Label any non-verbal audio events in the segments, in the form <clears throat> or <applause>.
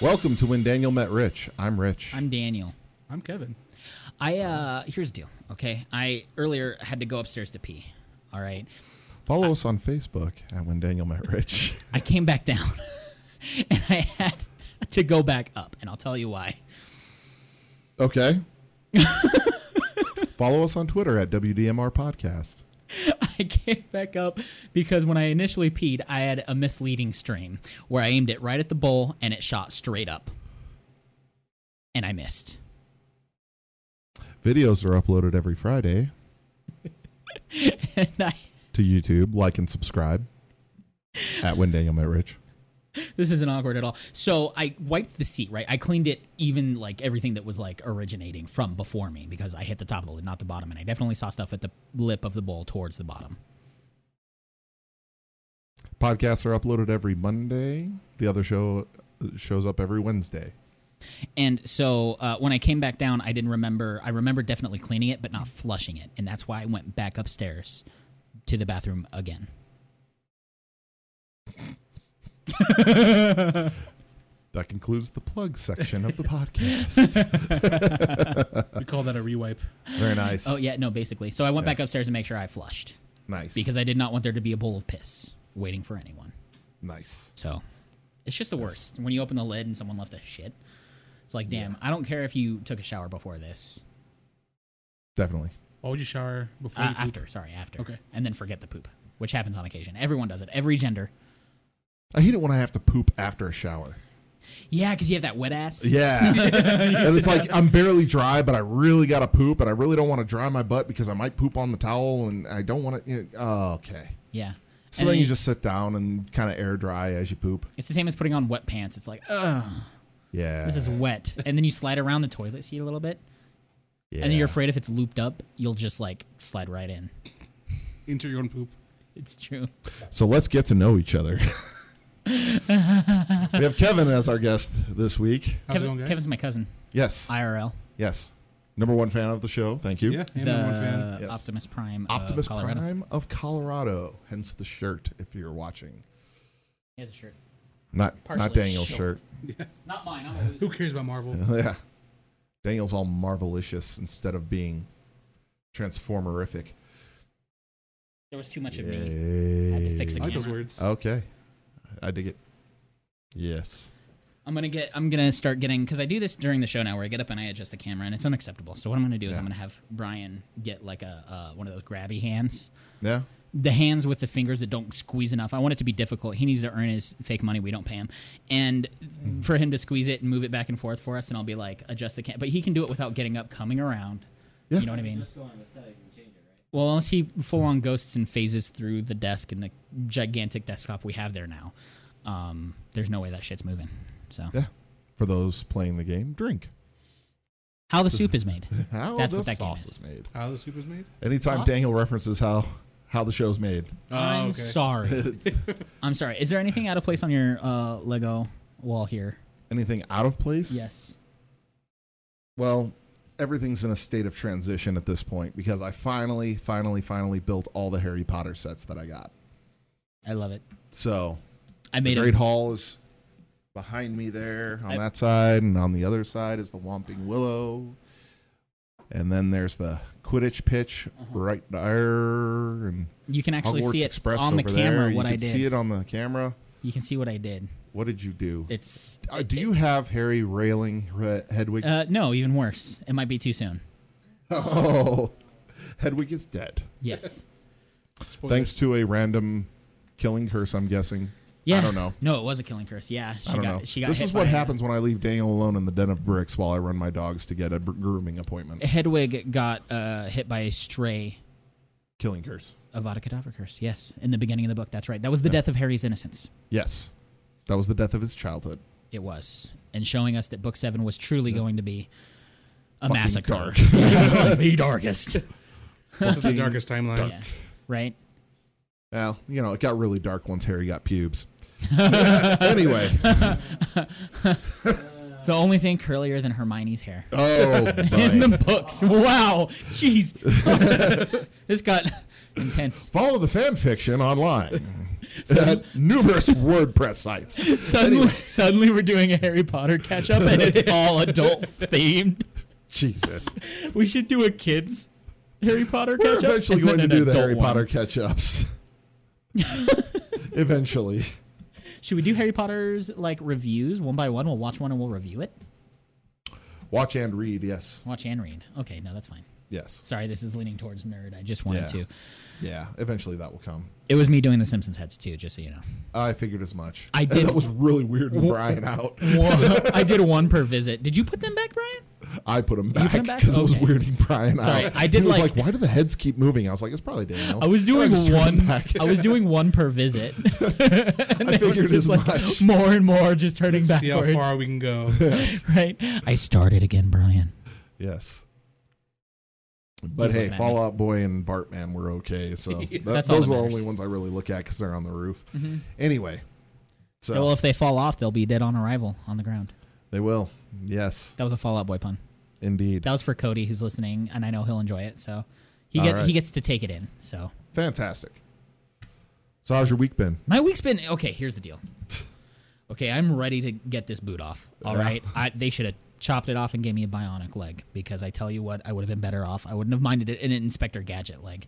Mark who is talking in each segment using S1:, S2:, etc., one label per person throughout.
S1: Welcome to When Daniel Met Rich. I'm Rich.
S2: I'm Daniel.
S3: I'm Kevin.
S2: I uh here's the deal, okay? I earlier had to go upstairs to pee. All right.
S1: Follow us on Facebook at When Daniel Met
S2: <laughs>
S1: Rich.
S2: I came back down and I had to go back up, and I'll tell you why. <laughs>
S1: Okay. Follow us on Twitter at WDMR Podcast.
S2: I came back up because when I initially peed, I had a misleading stream where I aimed it right at the bowl and it shot straight up. And I missed. <laughs>
S1: Videos are uploaded every Friday
S2: and I,
S1: to YouTube. Like and subscribe at When Daniel Met Rich.
S2: this isn't awkward at all. So I wiped the seat, right? I cleaned it even like everything that was like originating from before me because I hit the top of the lid, not the bottom. And I definitely saw stuff at the lip of the bowl towards the bottom.
S1: Podcasts are uploaded every Monday. The other show uh, shows up every Wednesday.
S2: And so uh, when I came back down, I didn't remember. I remember definitely cleaning it, but not flushing it, and that's why I went back upstairs to the bathroom again.
S1: That concludes the plug section of the
S2: <laughs>
S1: podcast.
S3: We call that a rewipe.
S1: Very nice.
S2: Oh yeah, no, basically. So I went back upstairs to make sure I flushed
S1: Nice.
S2: because I did not want there to be a bowl of piss waiting for anyone.
S1: nice.
S2: So it's just the worst when you open the lid and someone left a shit. It's like, damn, I don't care if you took a shower before this,
S1: Definitely.
S3: Why would you shower before
S2: uh,
S3: you poop?
S2: after, sorry, after,
S3: Okay.
S2: and then forget the poop, which happens on occasion. Everyone does it. Every gender.
S1: I hate it when I have to poop after a shower.
S2: Yeah, because you have that wet
S1: <laughs>
S2: ass.
S1: Yeah. and it's like I'm barely dry, but I really got to poop, and I really don't want to dry my butt because I might poop on the towel, and I don't want to. You know, oh, okay.
S2: Yeah.
S1: So
S2: And
S1: then you just sit down and kind of air dry as you poop.
S2: It's the same as putting on wet pants. It's like, ugh,
S1: Yeah.
S2: this is wet. And then you slide around the toilet seat a little bit.
S1: yeah.
S2: And then you're afraid if it's looped up, you'll just like slide right in.
S3: Into your own poop.
S2: It's true.
S1: So let's get to know each
S2: <laughs>
S1: other. we have Kevin as our guest this week.
S3: How's
S2: Kevin-
S3: it going, guys?
S2: Kevin's my cousin,
S1: Yes.
S2: IRL.
S1: yes. Number one fan of the show. Thank you.
S3: yeah,
S2: the
S3: I'm number one fan.
S1: Yes.
S2: Optimus Prime.
S1: Optimus
S2: of Uh, Colorado.
S1: Prime of Colorado, hence the shirt. If you're watching,
S2: He has a shirt.
S1: not
S2: Partially
S1: not Daniel's
S2: shirt.
S1: shirt.
S2: Not mine. I'm a loser.
S3: Who cares about Marvel?
S1: <laughs> Yeah. Daniel's all marvelicious instead of being transformerific.
S2: There was too much of me.
S1: Yay.
S2: I had to fix the
S3: I like those
S2: camera.
S3: words.
S1: Okay. I dig it. Yes.
S2: I'm gonna get. I'm gonna start getting because I do this during the show now, where I get up and I adjust the camera, and it's unacceptable. So what I'm gonna do is
S1: Yeah.
S2: I'm gonna have Brian get like a uh, one of those grabby hands,
S1: Yeah.
S2: the hands with the fingers that don't squeeze enough. I want it to be difficult. He needs to earn his fake money. We don't pay him, and
S1: Hmm.
S2: for him to squeeze it and move it back and forth for us, and I'll be like adjust the cam. But he can do it without getting up, coming around.
S1: Yeah.
S2: You know what I mean? Well, unless he full
S1: Hmm.
S2: on ghosts and phases through the desk and the gigantic desktop we have there now, um, there's no way that shit's moving. So,
S1: Yeah. For those playing the game, drink. <laughs>
S2: how the soup is made.
S1: How
S2: That's
S1: the
S2: what that game
S1: sauce
S2: is.
S1: is made.
S3: How the soup was made?
S1: Anytime
S2: Sauce?
S1: Daniel references how how the show's made. <laughs>
S3: Oh,
S2: I'm
S3: okay.
S2: sorry. I'm sorry. Is there anything out of place on your uh, Lego wall here?
S1: Anything out of place?
S2: Yes.
S1: Well, everything's in a state of transition at this point because I finally, finally, finally built all the Harry Potter sets that I got.
S2: I love it.
S1: So
S2: I made
S1: the Great
S2: a
S1: Hall is behind me there on
S2: I-
S1: that side, and on the other side is the Whomping Willow. And then there's the Quidditch pitch right there, and
S2: You can Uh-huh. actually
S1: Hogwarts
S2: see it
S1: Express
S2: on the
S1: over
S2: camera
S1: there.
S2: what
S1: you
S2: I
S1: can
S2: did.
S1: see it on the camera.
S2: You can see what I did.
S1: What did you do?
S2: It's
S1: Uh, do you have Harry railing Re- Hedwig?
S2: uh, no, even worse. It might be too soon.
S1: <laughs> oh, Hedwig is dead. <laughs>
S2: Yes.
S3: Spoilers.
S1: Thanks to a random killing curse, I'm guessing.
S2: Yeah.
S1: I don't know.
S2: No, it was a killing curse. Yeah, she
S1: I don't
S2: got
S1: know.
S2: she got
S1: this
S2: hit
S1: is
S2: by
S1: what
S2: a-
S1: happens when I leave Daniel alone in the den of bricks while I run my dogs to get a br- grooming appointment.
S2: Hedwig got uh, hit by a stray
S1: Killing curse.
S2: Avada Kedavra curse. Yes, in the beginning of the book. That's right. That was the death of Harry's innocence.
S1: Yes. That was the death of his childhood.
S2: It was, and showing us that book seven was truly going to be a
S1: Fucking
S2: massacre.
S1: dark.
S2: <laughs>
S1: <laughs>
S2: Yeah, the darkest.
S3: This is the darkest timeline.
S2: Yeah. Right.
S1: Well, you know, it got really
S2: <laughs>
S1: dark once Harry got pubes. anyway,
S2: The only thing curlier than Hermione's hair.
S1: Oh,
S2: In
S1: buddy.
S2: the books. Wow.
S1: <laughs>
S2: Jeez. this got intense.
S1: Follow the fan fiction
S2: <laughs>
S1: online at numerous WordPress sites.
S2: Suddenly, suddenly we're doing a Harry Potter catch up
S1: <laughs>
S2: and it's all adult themed. <laughs>
S1: Jesus.
S2: We should do a kids Harry Potter
S1: We're
S2: catch up.
S1: eventually
S2: <laughs>
S1: going to do the Harry Potter catch ups. eventually.
S2: Should we do Harry Potter's like reviews one by one? We'll watch one and we'll review it.
S1: Watch and read, yes.
S2: Watch and read. Okay, no, that's fine.
S1: Yes.
S2: Sorry, this is leaning towards nerd. I just wanted
S1: Yeah.
S2: to.
S1: Yeah, eventually that will come.
S2: It was me doing the Simpsons heads too, just so you know.
S1: I figured as much.
S2: I
S1: <laughs>
S2: did-
S1: That was really weird when Brian out.
S2: <laughs> I did one per visit. Did you put them back, Brian?
S1: I put him
S2: put
S1: back
S2: him back?
S1: because it was
S2: Okay.
S1: weirding Brian
S2: Sorry,
S1: out.
S2: I did
S1: he was
S2: like-
S1: like, why do the heads keep moving? I was like, it's probably Daniel.
S2: <laughs> I was doing
S1: I just turned
S2: one.
S1: him back.
S2: I was doing one per visit.
S1: <laughs>
S2: and
S1: I
S2: they were
S1: figured
S2: <laughs>
S1: as
S2: just like
S1: much.
S2: more and more, just turning
S3: See how
S2: backwards.
S3: far we can go.
S1: <laughs>
S2: right? I started again, Brian.
S1: Yes. But
S2: He's
S1: hey,
S2: looking at
S1: Fallout Boy and Bartman were okay. So that,
S2: <laughs> That's all
S1: those
S2: that
S1: are the
S2: matters. Mm-hmm.
S1: only ones I really look at because they're on the roof. Anyway, so
S2: Well, if they fall off, they'll be dead on arrival on the ground.
S1: they will. Yes,
S2: That was a Fallout Boy pun.
S1: indeed.
S2: That was for Cody, who's listening, and I know he'll enjoy it. So he
S1: All
S2: get,
S1: right.
S2: he gets to take it in. So
S1: Fantastic. So how's your week been?
S2: My week's been okay. Here's the deal. Okay, I'm ready to get this boot off. All
S1: Yeah.
S2: right, I, they should have chopped it off and gave me a bionic leg because I tell you what, I would have been better off. I wouldn't have minded it an Inspector Gadget leg.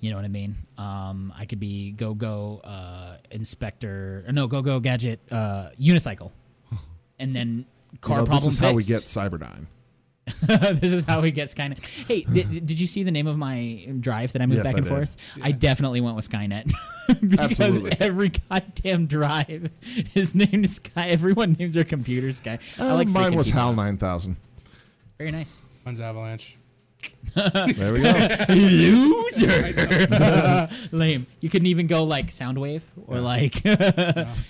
S2: You know what I mean? Um, I could be go go uh, Inspector or no go go Gadget uh, unicycle, and then car
S1: You know,
S2: problem.
S1: this is how we get
S2: fixed.
S1: Cyberdyne.
S2: <laughs> this is how he gets kind of. Hey, did, did you see the name of my drive that I moved
S1: Yes,
S2: back
S1: I
S2: and
S1: did.
S2: forth? I definitely went with Skynet <laughs> because
S1: Absolutely.
S2: every goddamn drive is named Sky. Everyone names their computer Sky. I
S1: Uh,
S2: like
S1: mine
S2: freaking
S1: was
S2: people
S1: HAL
S2: out.
S1: nine thousand. <laughs>
S2: Very nice. <laughs>
S3: Mine's Avalanche.
S1: There we go.
S2: Loser. <laughs> Lame. You couldn't even go like Soundwave or like <laughs>
S3: No,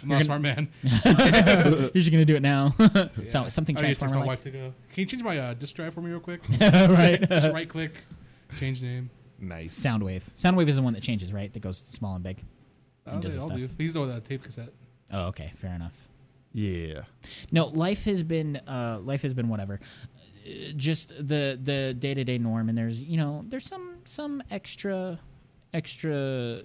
S3: I'm not a smart man.
S2: you're just gonna do it now. <laughs> So something
S3: I need to text
S2: transformer
S3: my
S2: like
S3: wife to go. Can you change my uh, disk drive for me
S2: <laughs>
S3: real quick?
S2: right.
S3: <laughs> Just right click,
S2: <laughs>
S3: change name.
S1: nice.
S2: Soundwave. Soundwave is the one that changes, right? That goes small and big.
S3: Oh,
S2: does
S3: they
S2: the
S3: all
S2: stuff.
S3: do. He's the one with the tape cassette.
S2: Oh, okay. Fair enough.
S1: Yeah.
S2: No, life has been uh, life has been whatever. Uh, Just the the day to day norm, and there's you know there's some some extra extra uh,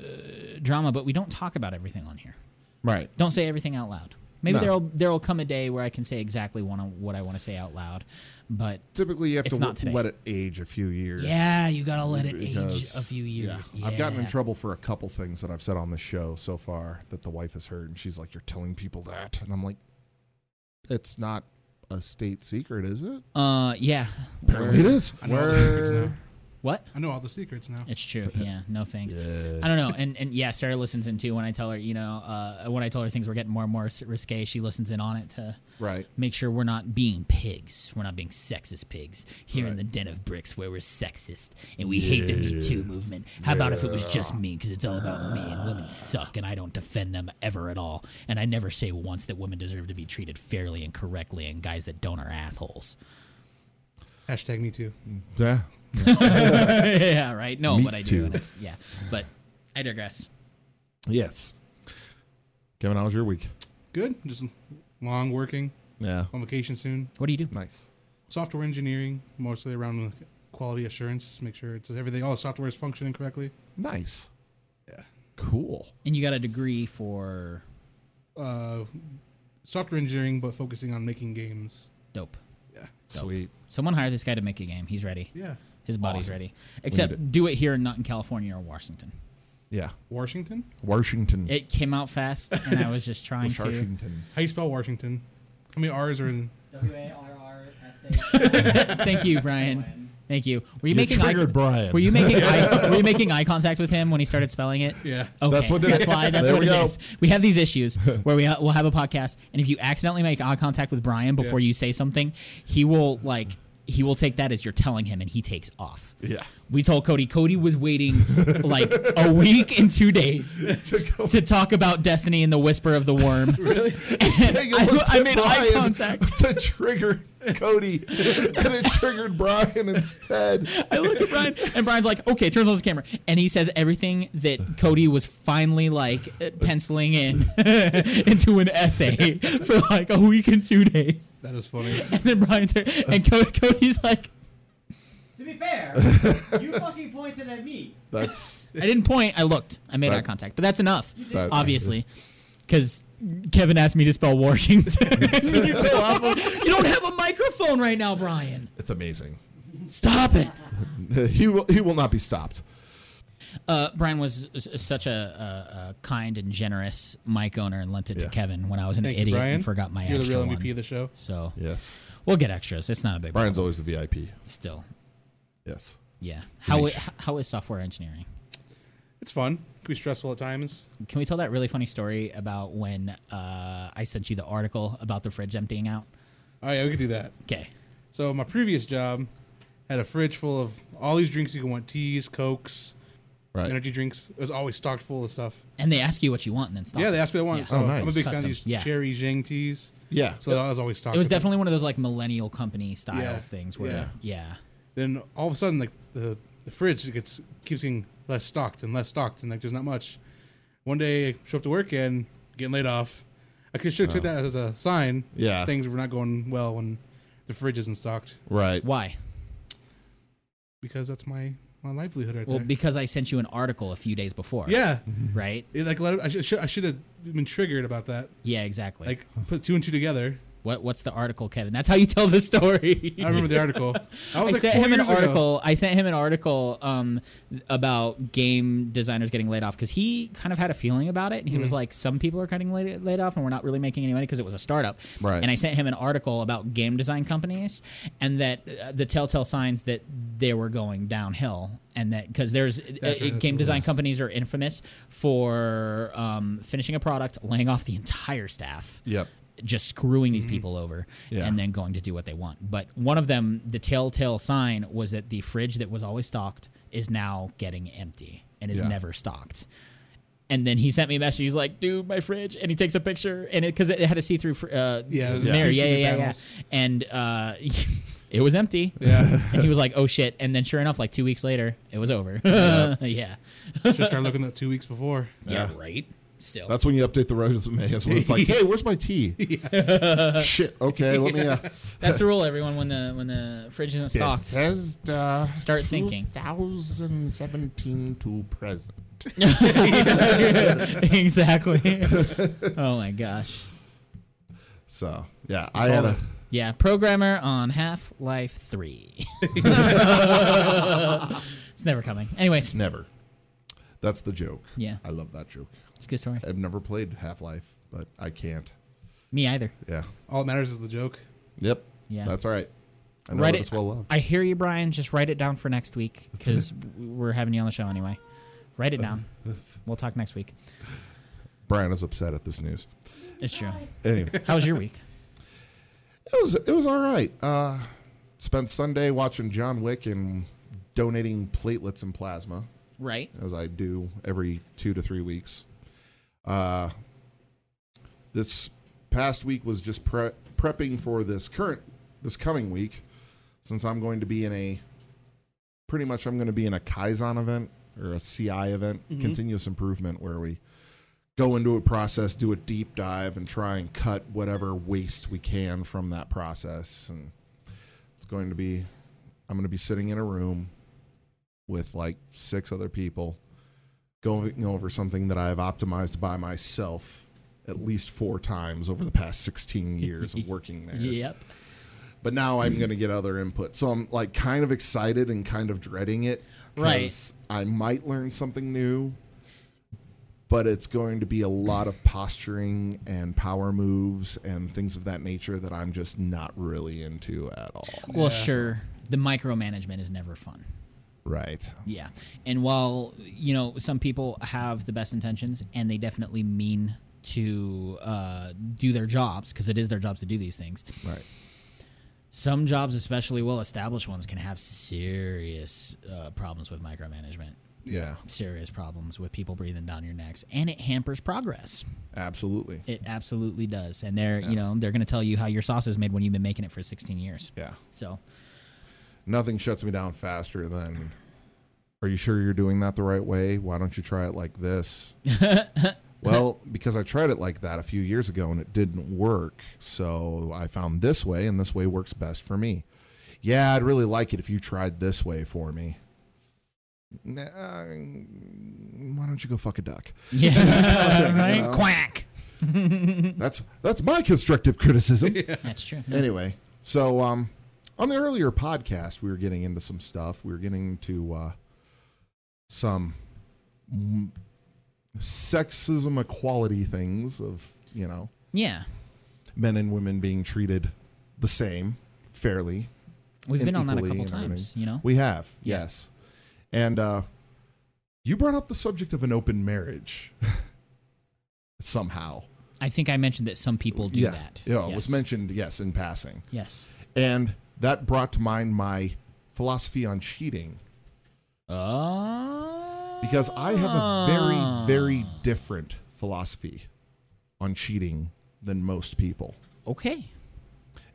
S2: drama, but we don't talk about everything on here.
S1: Right.
S2: Don't say everything out loud. Maybe
S1: No.
S2: there'll there'll come a day where I can say exactly one what I want to say out loud, but
S1: Typically, you have
S2: It's
S1: to
S2: not
S1: w-
S2: today.
S1: let it age a few years.
S2: yeah, you gotta let it
S1: because-
S2: age a few
S1: yeah.
S2: years.
S1: I've gotten in
S2: Yeah.
S1: trouble for a couple things that I've said on the show so far that the wife has heard, and she's like, "You're telling people that," and I'm like, "It's not a state secret, is it?"
S2: Uh, yeah.
S1: Apparently, it is.
S3: I know all the secrets now.
S2: What?
S3: I know all the secrets now.
S2: It's true.
S1: <laughs>
S2: Yeah. No thanks. I don't know. And and yeah, Sarah listens in too. When I tell her, you know, uh, when I tell her things were getting more and more risque, she listens in on it to
S1: Right.
S2: make sure we're not being pigs. We're not being sexist pigs here in
S1: Right.
S2: the den of bricks where we're sexist and we hate the Me Too movement. How about if it was just me? Because it's all about me and
S1: <sighs>
S2: women suck and I don't defend them ever at all. And I never say once that women deserve to be treated fairly and correctly and guys that don't
S1: <laughs>
S2: are assholes. <laughs>
S3: Hashtag me too.
S1: Yeah.
S2: yeah, right. No,
S1: Me
S2: but I do.
S1: too.
S2: And it's, yeah, but I digress.
S1: Yes. Kevin, how was your week?
S3: Good. Just long working.
S1: Yeah.
S3: On vacation soon.
S2: What do you do?
S1: Nice.
S3: Software engineering, mostly around the quality assurance. Make sure it's everything. All the software is functioning correctly.
S1: Nice.
S3: Yeah.
S1: Cool.
S2: And you got a degree for
S3: Uh, software engineering, but focusing on making games.
S2: dope.
S3: Yeah.
S1: Sweet.
S2: Someone hire this guy to make a game. He's ready.
S3: Yeah.
S2: His body's
S1: Awesome.
S2: ready. Except
S1: need
S2: do it here and not in California or Washington.
S1: Yeah.
S3: Washington.
S1: Washington.
S2: It came out fast, and I was just <laughs> trying
S1: <laughs>
S2: to.
S1: Washington.
S3: How you spell Washington? How many R's are in?
S2: Thank you, Brian. Thank you. Were you,
S1: You
S2: making eye,
S1: triggered Brian.
S2: Were
S1: <laughs>
S2: you making eye, Were you making eye contact with him when he started spelling it?
S3: Yeah.
S2: Okay.
S1: That's what did
S2: That's
S1: it.
S2: why. That's
S1: There
S2: what
S1: we
S2: it
S1: go.
S2: is. We have
S1: <laughs>
S2: these issues where we ha- we'll have a podcast, and if you accidentally make eye contact with Brian before
S3: Yeah.
S2: you say something, he will like he will take that as you're telling him, and he takes off.
S1: Yeah.
S2: We told Cody. Cody
S1: <laughs>
S2: was waiting like a week and two days
S1: To go-
S2: to talk about Destiny and the Whisper of the
S1: <laughs>
S2: Worm. really?
S1: Dang, it
S2: I,
S1: looked
S2: I
S1: at
S2: made eye
S1: Brian
S2: contact.
S1: to trigger Cody, and it triggered Brian instead.
S2: I look at Brian, and Brian's like, "Okay," turns on his camera, and he says everything that Cody was finally like uh, penciling in <laughs> into an essay <laughs> for like a week and two days.
S3: That is funny.
S2: <laughs> And then Brian tur- and Co- Cody's like,
S4: To be
S2: <laughs>
S4: fair, you fucking pointed at me.
S1: That's
S2: "I didn't point. I looked. I made
S1: That-
S2: eye contact." But that's enough,
S1: that,
S2: obviously, because Kevin asked me to spell Washington. <laughs> And you, fell off of- you don't have a microphone right now, Brian.
S1: It's amazing.
S2: Stop it.
S1: He will, he will not be stopped.
S2: Uh, Brian was s- such a, a, a kind and generous mic owner and lent it
S1: Yeah.
S2: to Kevin when I was an
S3: Thank you,
S2: idiot
S3: Brian.
S2: and forgot my
S3: You're the
S2: extra
S3: real
S2: one.
S3: MVP of the show.
S2: So
S1: Yes,
S2: we'll get extras. It's not a big
S1: Brian's always the VIP.
S2: still.
S1: Yes,
S2: Yeah. How
S1: Niche.
S2: is, how is software engineering?
S3: It's fun. It can be stressful at times.
S2: Can we tell that really funny story about when uh, I sent you the article about the fridge emptying out?
S3: Oh yeah, we could do that.
S2: Okay.
S3: So my previous job had a fridge full of all these drinks you can want: teas, cokes,
S1: right.
S3: energy drinks. It was always stocked full of stuff.
S2: And they ask you what you want and then stop.
S3: yeah, they
S2: it.
S3: asked me what I wanted.
S2: Yeah.
S3: So
S1: Oh, nice.
S3: I'm a big fan of
S2: Custom,
S3: these
S2: yeah.
S3: cherry Zhang teas.
S1: Yeah.
S3: So I was always stocked.
S2: It was
S3: with them.
S2: definitely one of those like millennial company styles
S3: Yeah.
S2: things where
S3: Yeah.
S2: yeah.
S3: Then all of a sudden, like the, the fridge gets keeps getting less stocked and less stocked, and like there's not much. One day, I show up to work and getting laid off. I could should have took that as a sign.
S1: Oh. Yeah.
S3: things were not going well when the fridge isn't stocked
S1: right.
S2: Why?
S3: because that's my my livelihood right
S2: Well,
S3: there.
S2: because I sent you an article a few days before.
S3: yeah,
S2: Right?
S3: It, like let it- I should I should have been triggered about that.
S2: Yeah, exactly.
S3: Like put two and two together.
S2: What what's the article, Kevin? That's how you tell the
S3: <laughs>
S2: story.
S1: <laughs>
S3: I remember the article. I
S2: I,
S3: was like
S2: sent
S3: four
S2: him an
S3: years ago.
S2: article. I sent him an article um, about game designers getting laid off because he kind of had a feeling about it. And he
S3: Mm.
S2: was like, "Some people are getting laid, laid off, and we're not really making any money because it was a startup."
S1: Right.
S2: And I sent him an article about game design companies and that uh, the telltale signs that they were going downhill, and that because there's uh,
S3: right,
S2: uh,
S3: that's
S2: game
S3: what it
S2: design
S3: was.
S2: companies are infamous for um, finishing a product, laying off the entire staff
S1: Yep.
S2: just screwing
S3: Mm-hmm.
S2: these people over
S1: Yeah.
S2: and then going to do what they want. But one of them, the telltale sign was that the fridge that was always stocked is now getting empty and is
S1: Yeah.
S2: never stocked. And then he sent me a message. He's like, "Dude, my fridge," and he takes a picture, and it because it had a see-through, fr- uh,
S3: Yeah, it was
S2: mirror,
S3: two
S2: yeah, yeah,
S3: see-through
S2: yeah, yeah,
S3: panels.
S2: and uh, <laughs> it was empty.
S3: Yeah,
S2: And he was like, "Oh shit!" And then, sure enough, like two weeks later, it was over. <laughs> yeah,
S3: should have started looking at two weeks before.
S2: yeah, right. Still,
S1: That's when you update the resume. That's when it's <laughs> like, hey, where's my
S2: <laughs>
S1: tea? Shit. Okay, let me. Uh,
S2: that's the rule, everyone. When the when the fridge isn't stocked,
S1: Bethesda
S2: Start thinking.
S1: 2017 to present.
S2: <laughs> exactly. oh my gosh.
S1: So yeah, I had a
S2: Yeah, programmer on Half Life 3. it's never coming. Anyways,
S1: never. That's the joke.
S2: Yeah.
S1: I love that joke.
S2: it's a good story.
S1: I've never played Half Life, but I can't.
S2: Me either.
S1: Yeah.
S3: All that matters is the joke.
S1: Yep.
S2: Yeah.
S1: That's all right. I know
S2: Write
S1: that
S2: it-
S1: it's well loved.
S2: I hear you, Brian. Just write it down for next week because we're having you on the show anyway. Write it down. We'll talk next week.
S1: Brian is upset at this news.
S2: It's true.
S1: Anyway,
S2: How was your week?
S1: it was it was all right. Uh, spent Sunday watching John Wick and donating platelets and plasma.
S2: <laughs> Right.
S1: as I do every two to three weeks. Uh, this past week was just pre- prepping for this current, this coming week, since I'm going to be in a pretty much I'm going to be in a Kaizen event or a CI event, continuous improvement, where we go into a process, do a deep dive, and try and cut whatever waste we can from that process. And it's going to be, I'm going to be sitting in a room with like six other people going over something that I've optimized by myself at least four times over the past 16 years of working there
S2: Yep.
S1: but now I'm going to get other input. So I'm like kind of excited and kind of dreading it. 'cause I might learn something new, but it's going to be a lot of posturing and power moves and things of that nature that I'm just not really into at all.
S2: Well, sure. The micromanagement is never fun.
S1: Right.
S2: Yeah. And while, you know, some people have the best intentions and they definitely mean to uh, do their jobs because it is their jobs to do these things,
S1: Right.
S2: Some jobs, especially well-established ones, can have serious uh, problems with micromanagement.
S1: Yeah,
S2: Serious problems with people breathing down your necks, and it hampers progress.
S1: absolutely.
S2: It absolutely does. And they're, you know, they're going to tell you how your sauce is made when you've been making it for 16 years.
S1: Yeah.
S2: So, <laughs>
S1: Nothing shuts me down faster than Are you sure you're doing that the right way? Why don't you try it like this? well, because I tried it like that a few years ago and it didn't work. So I found this way and this way works best for me. Yeah, I'd really like it if you tried this way for me. Nah, why don't you go fuck a duck?
S2: yeah, right?
S1: know.
S2: Quack.
S1: That's that's my constructive criticism.
S2: That's true.
S1: anyway, so um, on the earlier podcast, we were getting into some stuff. We were getting to uh, some mm, sexism equality things of you know
S2: Yeah.
S1: men and women being treated the same fairly.
S2: We've
S1: and
S2: been on that a
S1: equally
S2: couple
S1: and everything.
S2: times, you know?
S1: We have
S2: Yeah.
S1: yes, and uh, you brought up the subject of an open marriage <laughs> somehow.
S2: I think I mentioned that some people do
S1: yeah,
S2: that.
S1: yeah, it was
S2: Yes.
S1: mentioned yes in passing.
S2: Yes.
S1: and that brought to mind my philosophy on cheating
S2: Oh.
S1: because I have a very, very different philosophy on cheating than most people.
S2: Okay.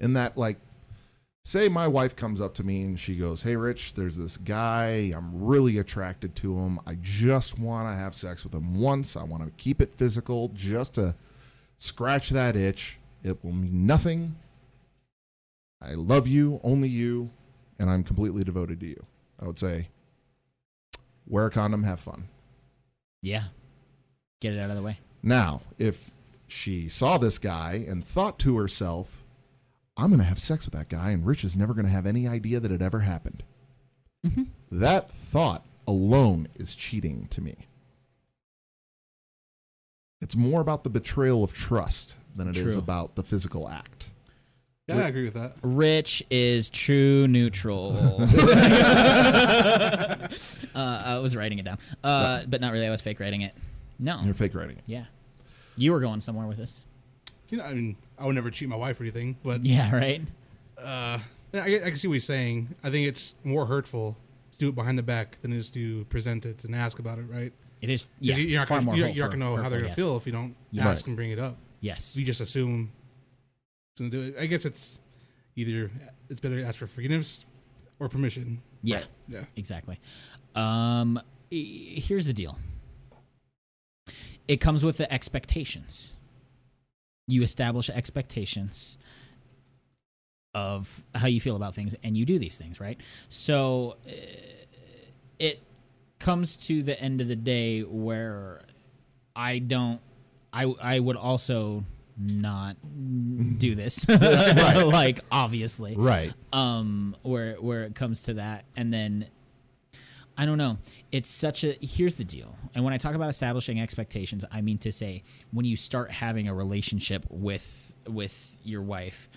S1: In that, like, say my wife comes up to me and she goes, Hey, Rich, there's this guy. I'm really attracted to him. I just want to have sex with him once. I want to keep it physical just to scratch that itch. It will mean nothing. I love you, only you, and I'm completely devoted to you. I would say, wear a condom, have fun.
S2: Yeah. Get it out of the way.
S1: Now, if she saw this guy and thought to herself, I'm going to have sex with that guy, and Rich is never going to have any idea that it ever happened, Mm-hmm. that thought alone is cheating to me. It's more about the betrayal of trust than it is
S2: True.
S1: about the physical act.
S3: Yeah, I agree with that.
S2: Rich is true neutral.
S1: <laughs>
S2: <laughs> uh, I was writing it down, uh, but not really. I was fake writing it. No.
S1: You're fake writing it.
S2: Yeah. You were going somewhere with this.
S3: You know, I mean, I would never cheat my wife or anything, but
S2: Yeah. Right.
S3: uh, I, I can see what he's saying. I think it's more hurtful to do it behind the back than it is to present it and ask about it, right?
S2: It is.
S3: 'Cause
S2: Yeah.
S3: you- you're not
S2: far
S3: gonna,
S2: more
S3: you're, you're not
S2: hurtful-
S3: gonna know how they're gonna
S2: hurtful,
S3: feel if you don't
S2: Yes.
S3: ask and bring it up.
S2: Yes.
S3: You
S2: Yes.
S3: just assume. it's gonna do it. I guess it's either it's better to ask for forgiveness or permission.
S2: Yeah.
S3: Yeah.
S2: Exactly. Um, e- here's the deal. It comes with the expectations. You establish expectations of how you feel about things, and you do these things, right? So uh, it comes to the end of the day where I don't. I I would also not do this, <laughs> like obviously,
S1: Right.
S2: um where where it comes to that and then i don't know it's such a here's the deal and when i talk about establishing expectations i mean to say when you start having a relationship with with your wife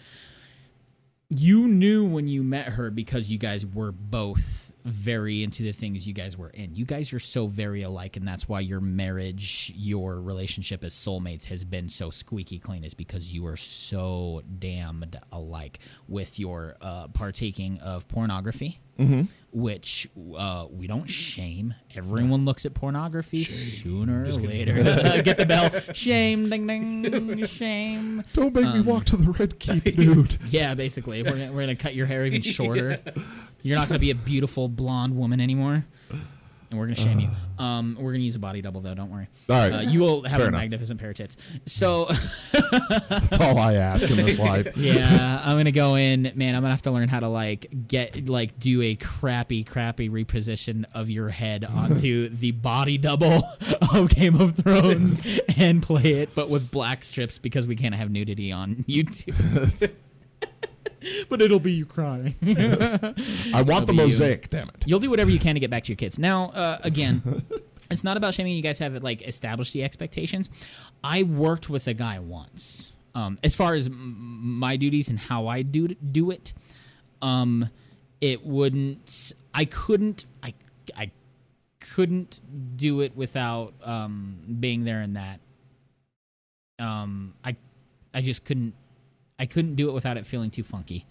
S2: you knew when you met her because you guys were both very into the things you guys were in. You guys are so very alike, and that's why your marriage, your relationship as soulmates has been so squeaky clean, is because you are so damned alike with your uh, partaking of pornography. Which uh, we don't shame. Everyone looks at pornography sooner or later. <laughs> Get the bell. Shame, ding, ding, shame.
S1: Don't make
S2: Um,
S1: me walk to the red
S2: <laughs>
S1: keep, dude.
S2: Yeah, basically, we're gonna, we're gonna cut your
S1: <laughs>
S2: hair even shorter. You're not gonna be a beautiful blonde woman anymore, and we're gonna
S1: <sighs>
S2: shame you. Um, we're gonna use a body double though. Don't worry.
S1: All right.
S2: Uh, you will have
S1: Fair
S2: a
S1: enough.
S2: magnificent pair of tits. So <laughs> Uh,
S1: That's all I ask in this life.
S2: yeah, I'm gonna go in, man. I'm gonna have to learn how to like get like do a crappy, crappy reposition of your head
S1: <laughs>
S2: onto the body double <laughs> of Game of
S1: <laughs>
S2: Thrones and play it, but with black strips because we can't have nudity on <laughs> YouTube.
S1: <laughs>
S2: <laughs> but it'll be you crying.
S1: I want the
S2: W.
S1: mosaic, damn it.
S2: You'll do whatever you can to get back to your kids. Now, uh, again, it's not about shaming. You guys have like established the expectations. I worked with a guy once. Um, as far as m- my duties and how I do do it, um, it wouldn't. I couldn't. I I couldn't do it without um, being there in that. Um, I I just couldn't. I couldn't do it without it feeling too funky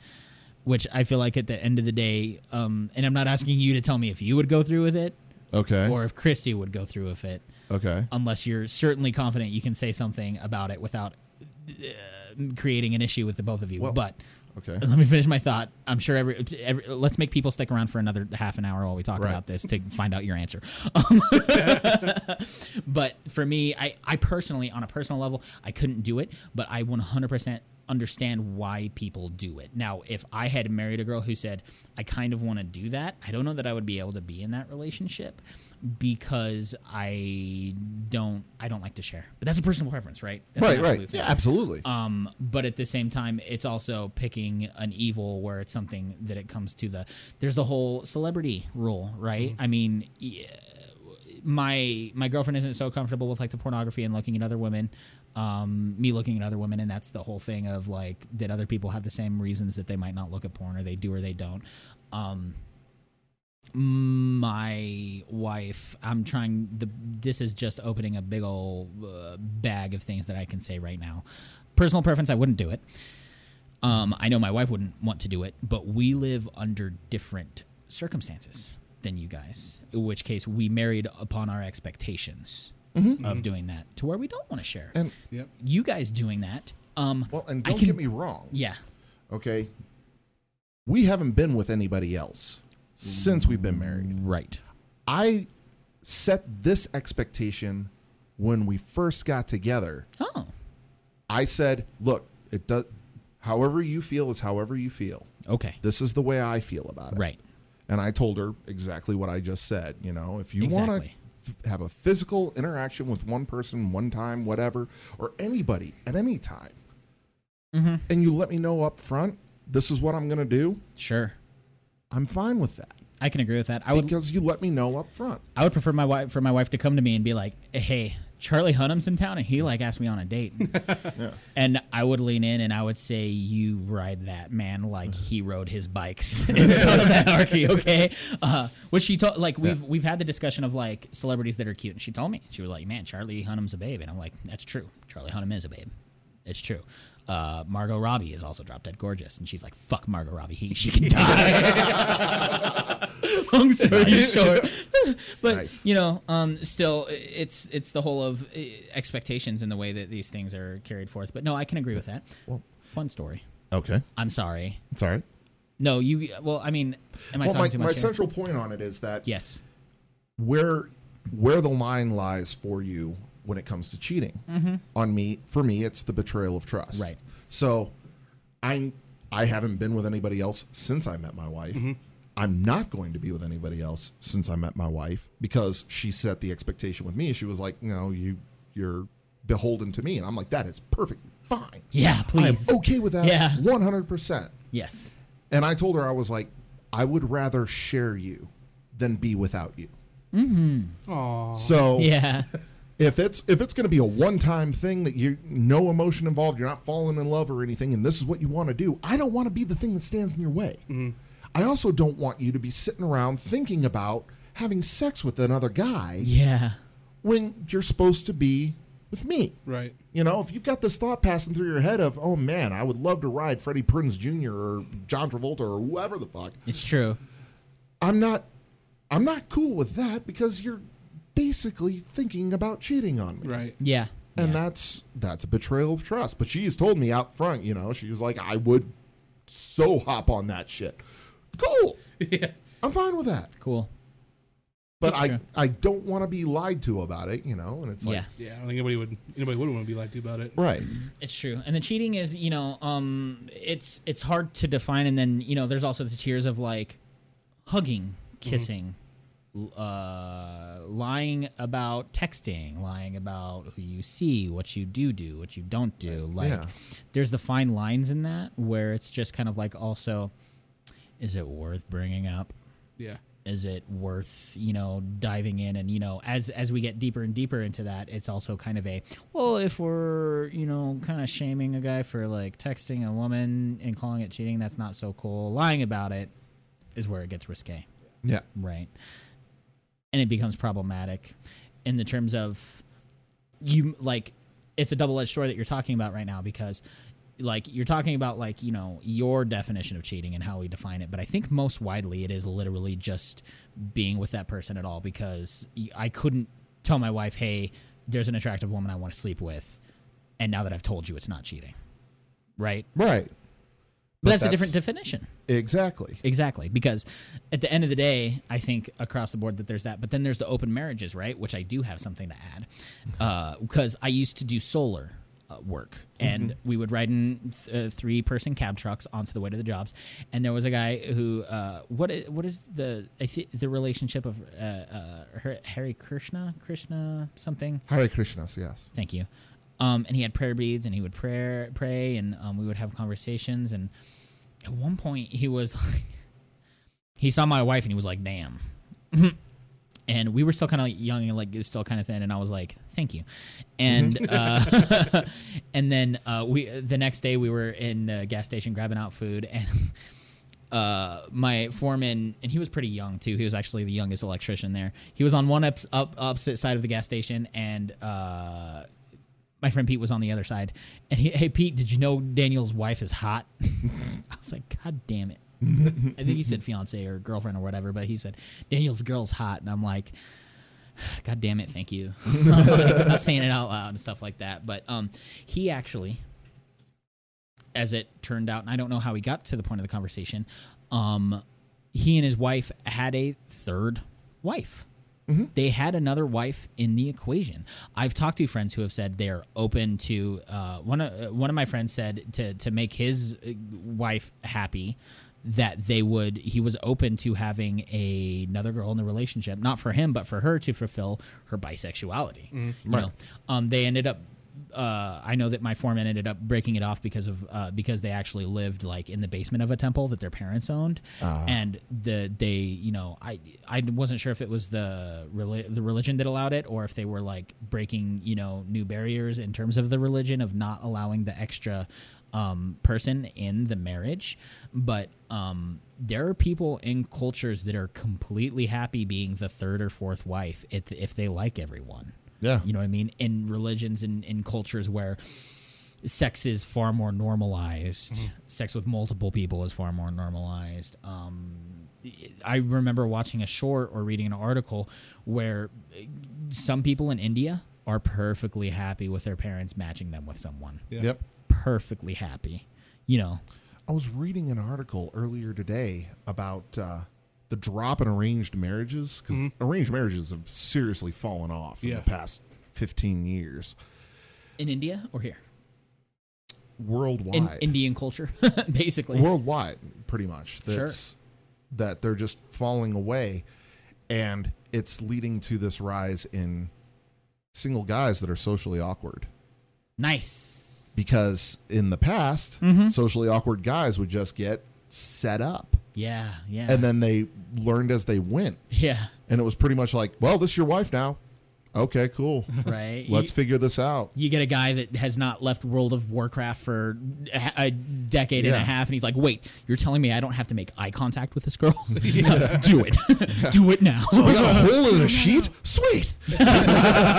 S2: which I feel like at the end of the day, um, and I'm not asking you to tell me if you would go through with it
S1: Okay.
S2: or if Christy would go through with it,
S1: okay.
S2: unless you're certainly confident you can say something about it without uh, creating an issue with the both of you.
S1: Well-
S2: but
S1: Okay.
S2: <laughs> let me finish my thought. I'm sure every, every let's make people stick around for another half an hour while we talk
S1: Right.
S2: about this to find out your answer. Um, <laughs> but for me, I, I personally, on a personal level, I couldn't do it, but I 100% understand why people do it. Now, if I had married a girl who said, I kind of want to do that, I don't know that I would be able to be in that relationship because I don't I don't like to share. But that's a personal preference, right? That's
S1: Right.
S2: an absolute
S1: Right.
S2: thing.
S1: Yeah. Absolutely.
S2: Um, but at the same time, it's also picking an evil where it's something that it comes to the. There's the whole celebrity rule, right? I mean, yeah, my my girlfriend isn't so comfortable with like the pornography and looking at other women, um, me looking at other women, and that's the whole thing of like that other people have the same reasons that they might not look at porn or they do or they don't. Um, my wife i'm trying the this is just opening a big old uh, bag of things that i can say right now personal preference i wouldn't do it um, i know my wife wouldn't want to do it but we live under different circumstances than you guys in which case we married upon our expectations of doing that to where we don't want to share
S1: Mm-hmm. and
S3: Yep.
S2: you guys doing that um,
S1: well, and
S2: I
S1: don't
S2: can-
S1: get me wrong.
S2: yeah
S1: Okay. We haven't been with anybody else since we've been married.
S2: right
S1: I set this expectation when we first got together.
S2: oh
S1: I said, "Look, it does. However you feel is however you feel.
S2: okay
S1: This is the way I feel about it."
S2: right
S1: And I told her exactly what I just said. You know, if you want
S2: Exactly.
S1: to f- have a physical interaction with one person, one time, whatever, or anybody at any time,
S2: Mm-hmm.
S1: and you let me know up front, this is what I'm going to do.
S2: sure
S1: I'm fine with that
S2: i can agree with that i would
S1: because you let me know up front.
S2: I would prefer my wife for my wife to come to me and be like, "Hey, Charlie Hunnam's in town, and he like asked me on a date," and I would lean in and I would say, "You ride that man like he rode his bikes <laughs> in Son of Anarchy." Okay, uh, which she told like we've we've had the discussion of like celebrities that are cute, and she told me she was like, "Man, Charlie Hunnam's a babe," and I'm like, "That's true. Charlie Hunnam is a babe. It's true." Uh, Margot Robbie is also drop dead gorgeous, and she's like, "Fuck Margot Robbie, he, she can <laughs> die." Long story short, <laughs> but
S1: Nice.
S2: you know, um, still, i- it's it's the whole of uh, expectations and the way that these things are carried forth. But no, I can agree with that.
S1: Well-
S2: fun story.
S1: Okay,
S2: I'm sorry.
S1: it's all right.
S2: No, you. Well, I mean, am I
S1: well,
S2: talking
S1: my,
S2: too much?
S1: my
S2: here?
S1: central point on it is that
S2: yes.
S1: where where the line lies for you when it comes to cheating on me for me it's the betrayal of trust
S2: Mm-hmm. Right.
S1: so i i haven't been with anybody else since i met my wife
S2: Mm-hmm.
S1: i'm not going to be with anybody else since i met my wife because she set the expectation with me she was like no you you're beholden to me and i'm like that is perfectly fine
S2: Yeah, please.
S1: i'm okay with that
S2: Yeah.
S1: 100%
S2: Yes.
S1: and I told her, I was like, I would rather share you than be without you. Mm-hmm. So
S2: Yeah.
S1: if it's if it's going to be a one time thing that you no emotion involved, you're not falling in love or anything, and this is what you want to do, I don't want to be the thing that stands in your way. I also don't want you to be sitting around thinking about having sex with another guy
S2: Yeah.
S1: when you're supposed to be with me.
S3: Right.
S1: You know, if you've got this thought passing through your head of, oh man, I would love to ride Freddie Prinze Jr. or John Travolta or whoever the fuck,
S2: It's true.
S1: I'm not I'm not cool with that because you're basically thinking about cheating on me.
S3: Right.
S2: Yeah.
S1: And
S2: yeah.
S1: that's that's a betrayal of trust. But she's told me out front, you know, she was like, I would so hop on that shit.
S2: <laughs>
S1: Cool.
S3: Yeah.
S1: I'm fine with that.
S2: cool.
S1: But
S2: That's
S1: I,
S2: true.
S1: I don't want to be lied to about it, you know, and it's like
S2: yeah.
S3: Yeah. I don't think anybody would anybody would want to be lied to about it.
S1: Right.
S2: It's true, and the cheating is you know, um, it's it's hard to define, and then you know, there's also the tiers of like hugging, kissing, l- uh, lying about texting, lying about who you see, what you do do, what you don't do. Like,
S1: Yeah.
S2: there's the fine lines in that where it's just kind of like also, is it worth bringing up?
S3: Yeah.
S2: is it worth you know diving in and you know as as we get deeper and deeper into that it's also kind of a well if we're you know kind of shaming a guy for like texting a woman and calling it cheating that's not so cool lying about it is where it gets risque
S1: Yeah.
S2: right and it becomes problematic in the terms of you like it's a double-edged sword that you're talking about right now because like you're talking about like you know your definition of cheating and how we define it but i think most widely it is literally just being with that person at all because y- i couldn't tell my wife hey there's an attractive woman i want to sleep with and now that i've told you it's not cheating right
S1: Right.
S2: but that's, a
S1: that's-
S2: different definition
S1: Exactly.
S2: Exactly, because at the end of the day, I think across the board that there's that. But then there's the open marriages, right? Which I do have something to add, because I used to do solar uh, work, and we would ride in th- uh, three-person cab trucks onto the way to the jobs. And there was a guy who, uh, what is, what is the I thi- the relationship of uh, uh, Har- Harry Krishna, Krishna something?
S1: Hare Krishnas, yes.
S2: Thank you. Um, and he had prayer beads, and he would pray, pray, and um, we would have conversations. And at one point, he was like, <laughs> he saw my wife, and he was like, "Damn." <laughs> and we were still kind of young and like it was still kind of thin, and I was like, "Thank you." And uh, <laughs> and then uh, we the next day we were in the gas station grabbing out food and uh, my foreman, and he was pretty young too. He was actually the youngest electrician there. He was on one up, up opposite side of the gas station, and uh, my friend Pete was on the other side. And he, hey, Pete, did you know Daniel's wife is hot? <laughs> I was like, God damn it! I think he said fiance or girlfriend or whatever, but he said Daniel's girl's hot, and I'm like. God damn it! Thank you. <laughs> Stop saying it out loud and stuff like that. But um, he actually as it turned out, and I don't know how he got to the point of the conversation. Um, he and his wife had a third wife. They had another wife in the equation. I've talked to friends who have said they're open to. Uh, one of uh, one of my friends said to to make his uh, wife happy that they would he was open to having a, another girl in the relationship not for him but for her to fulfill her bisexuality you know um, they ended up uh, I know that my foreman ended up breaking it off because of uh, because they actually lived like in the basement of a temple that their parents owned, and the they you know I I wasn't sure if it was the reli- the religion that allowed it or if they were like breaking you know new barriers in terms of the religion of not allowing the extra um, person in the marriage, but um, there are people in cultures that are completely happy being the third or fourth wife if, if they like everyone.
S1: Yeah.
S2: You know what I mean? In religions and in cultures where sex is far more normalized,
S1: Mm-hmm.
S2: sex with multiple people is far more normalized. Um, I remember watching a short or reading an article where eh, some people in India are perfectly happy with their parents matching them with someone.
S3: Yeah.
S1: Yep.
S2: Perfectly happy. You know,
S1: I was reading an article earlier today about uh, the drop in arranged marriages because arranged marriages have seriously fallen off in
S3: Yeah.
S1: the past 15 years
S2: in India or here?
S1: worldwide.
S2: In Indian culture, <laughs> basically.
S1: worldwide, pretty much.
S2: Sure.
S1: That's that they're just falling away, and it's leading to this rise in single guys that are socially awkward.
S2: Nice.
S1: Because in the past, socially awkward guys would just get set up,
S2: Yeah, yeah.
S1: and then they learned as they went,
S2: yeah,
S1: and it was pretty much like, "Well, this is your wife now. Okay, cool.
S2: <laughs> right.
S1: <laughs> Let's
S2: You-
S1: figure this
S2: <laughs>
S1: out."
S2: you get a guy that has not left World of Warcraft for a, ha- a decade and
S1: Yeah.
S2: a half, and he's like, "Wait, you're telling me I don't have to make eye contact with
S1: <laughs>
S2: this girl? <laughs> Do it, do it now."
S1: I got a hole
S2: <laughs>
S1: in a sheet. Sweet. <laughs>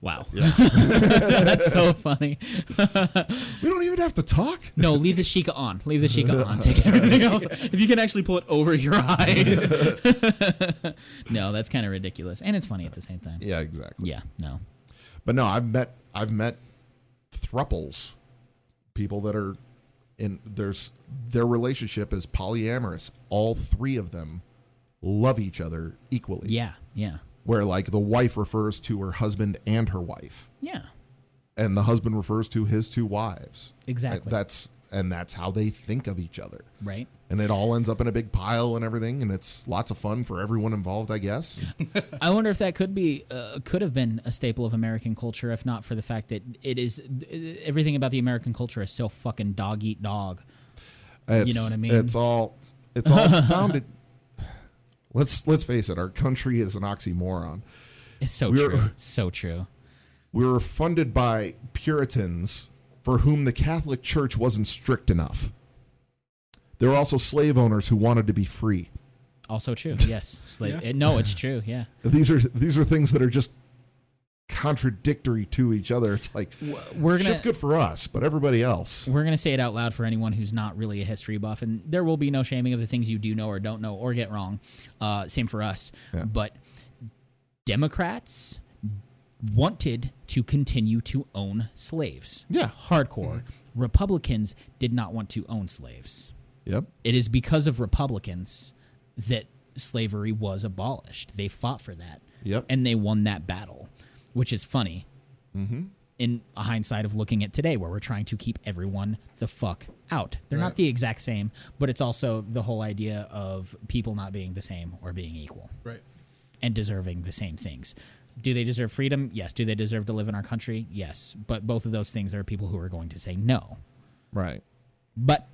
S2: wow, <laughs> that's so funny.
S1: We don't even have to talk.
S2: No, leave the Sheikah on. Leave the Sheikah on.
S1: <laughs>
S2: Take everything else. If you can actually pull it over your eyes. <laughs> no, that's kind of ridiculous, and it's funny at the same time.
S1: Yeah, exactly.
S2: Yeah, no,
S1: But no, I've met I've met thruples, people that are in there's their relationship is polyamorous. All three of them love each other equally.
S2: yeah, yeah,
S1: Where like the wife refers to her husband and her wife,
S2: yeah.
S1: and the husband refers to his two wives.
S2: Exactly.
S1: That's and that's how they think of each other.
S2: Right.
S1: And it all ends up in a big pile and everything, and it's lots of fun for everyone involved, I guess.
S2: I wonder if that could be uh, could have been a staple of American culture, if not for the fact that it is uh, everything about the American culture is so fucking dog eat dog.
S1: It's,
S2: know what I mean?
S1: It's all it's all
S2: <laughs>
S1: founded. Let's let's face it. Our country is an oxymoron.
S2: It's so
S1: We're-
S2: true, so true.
S1: We were funded by Puritans for whom the Catholic Church wasn't strict enough. There were also slave owners who wanted to be free. <laughs>
S2: Also true. Yes. Slave.
S3: Yeah.
S2: it- no, it's true. Yeah.
S1: These are these are things that are just contradictory to each other. It's like
S2: we're gonna-
S1: shit's good for us, but everybody else.
S2: We're going to say it out loud for anyone who's not really a history buff, and there will be no shaming of the things you do know or don't know or get wrong. Uh, same for us. But Democrats wanted to continue to own slaves.
S1: Yeah.
S2: Hardcore. Republicans did not want to own slaves.
S1: Yep.
S2: It is because of Republicans that slavery was abolished. They fought for that.
S1: Yep.
S2: And they won that battle, which is funny in hindsight of looking at today where we're trying to keep everyone the fuck out. They're not the exact same, but it's also the whole idea of people not being the same or being equal
S3: Right.
S2: and deserving the same things. Do they deserve freedom? Yes. Do they deserve to live in our country? Yes. But both of those things there are people who are going to say no.
S1: Right.
S2: But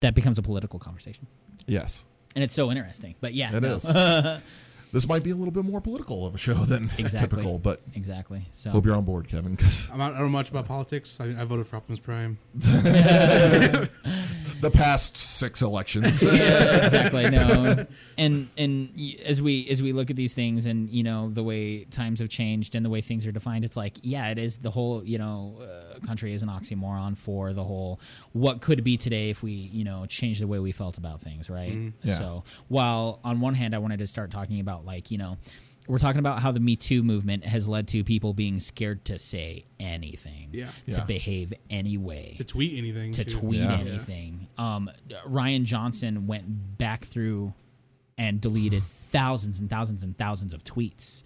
S2: that becomes a political conversation.
S1: Yes.
S2: And it's so interesting. But yeah,
S1: It
S2: no.
S1: is.
S2: <laughs>
S1: this might be a little bit more political of a show than <laughs>
S2: Exactly.
S1: typical, but
S2: Exactly. So
S1: hope you're on board, Kevin,
S2: <laughs>
S1: because
S3: I'm not, I don't know much about politics. I, I voted for Optimus Prime.
S1: the past six elections.
S2: <laughs> yeah,
S1: <laughs>
S2: exactly. No, and and y- as we as we look at these things, and you know the way times have changed and the way things are defined, it's like yeah, it is the whole you know uh, country is an oxymoron for the whole what could be today if we you know change the way we felt about things, right?
S1: Yeah.
S2: So while on one hand, I wanted to start talking about like you know. We're talking about how the Me Too movement has led to people being scared to say anything,
S3: Yeah.
S2: to
S1: Yeah.
S2: behave anyway
S3: To tweet anything.
S2: to
S3: too.
S2: tweet
S1: Yeah.
S2: anything. Um, Ryan Johnson went back through and deleted thousands and thousands and thousands of tweets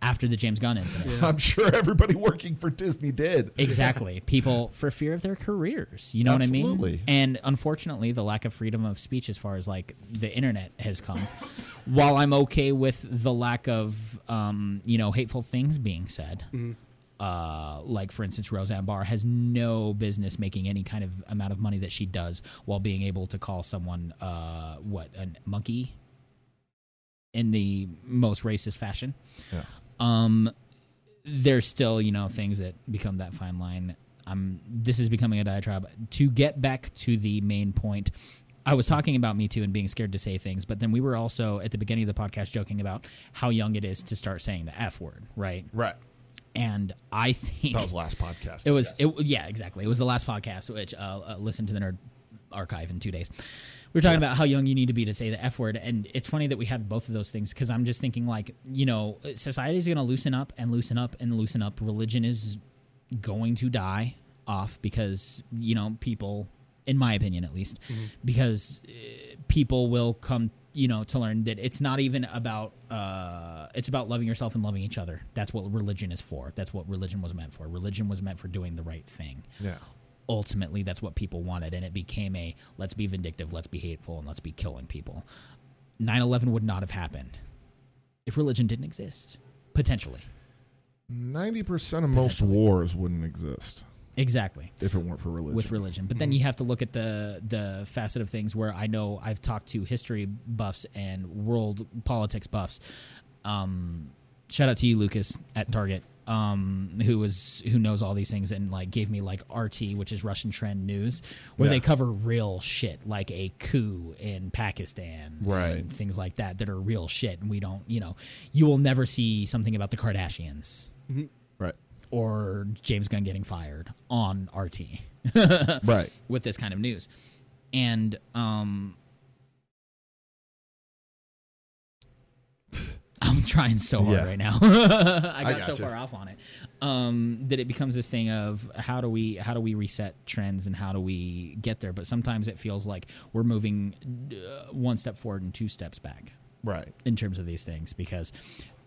S2: after the James Gunn incident.
S1: I'm sure everybody working for Disney did.
S2: <laughs> Exactly. People for fear of their careers. You know what I mean?
S1: Absolutely.
S2: And unfortunately, the lack of freedom of speech as far as like the internet has come. <laughs> While I'm okay with the lack of, um, you know, hateful things being said, uh, like for instance, Roseanne Barr has no business making any kind of amount of money that she does while being able to call someone, uh, what, a monkey in the most racist fashion
S1: Yeah.
S2: um there's still you know things that become that fine line um this is becoming a diatribe to get back to the main point i was talking about me too and being scared to say things but then we were also at the beginning of the podcast joking about how young it is to start saying the f word right
S1: Right.
S2: and i think
S1: That was last podcast.
S2: it was it, yeah, exactly. It was the last podcast, which uh, uh, listen to the nerd archive in two days. We were talking about how young you need to be to say the f word, and it's funny that we have both of those things because I'm just thinking like you know society is going to loosen up and loosen up and loosen up. Religion is going to die off because you know people, in my opinion at least, because uh, people will come you know to learn that it's not even about uh it's about loving yourself and loving each other that's what religion is for that's what religion was meant for religion was meant for doing the right thing
S1: yeah.
S2: ultimately that's what people wanted and it became a let's be vindictive let's be hateful and let's be killing people 9-11 would not have happened if religion didn't exist potentially
S1: Ninety percent of most wars wouldn't exist
S2: exactly
S1: if it weren't for religion. Mm-hmm.
S2: with religion. But then you have to look at the the facet of things where I know I've talked to history buffs and world politics buffs. Um, shout out to you, Lucas
S1: Mm-hmm.
S2: at Target, um, who was who knows all these things and like gave me like RT, which is Russian Trend News, where they
S1: Yeah.
S2: cover real shit like a coup in Pakistan,
S1: Right.
S2: and things like that that are real shit, and we don't, you know, you will never see something about the Kardashians.
S1: right.
S2: Or James Gunn getting fired on <laughs> RT
S1: Right.
S2: with this kind of news. And um <laughs> I'm trying so hard
S1: Yeah.
S2: right now. <laughs> I got so
S1: gotcha.
S2: far off on it. Um that it becomes this thing of how do we how do we reset trends and how do we get there? But sometimes it feels like we're moving uh, one step forward and two steps back
S1: Right.
S2: in terms of these things because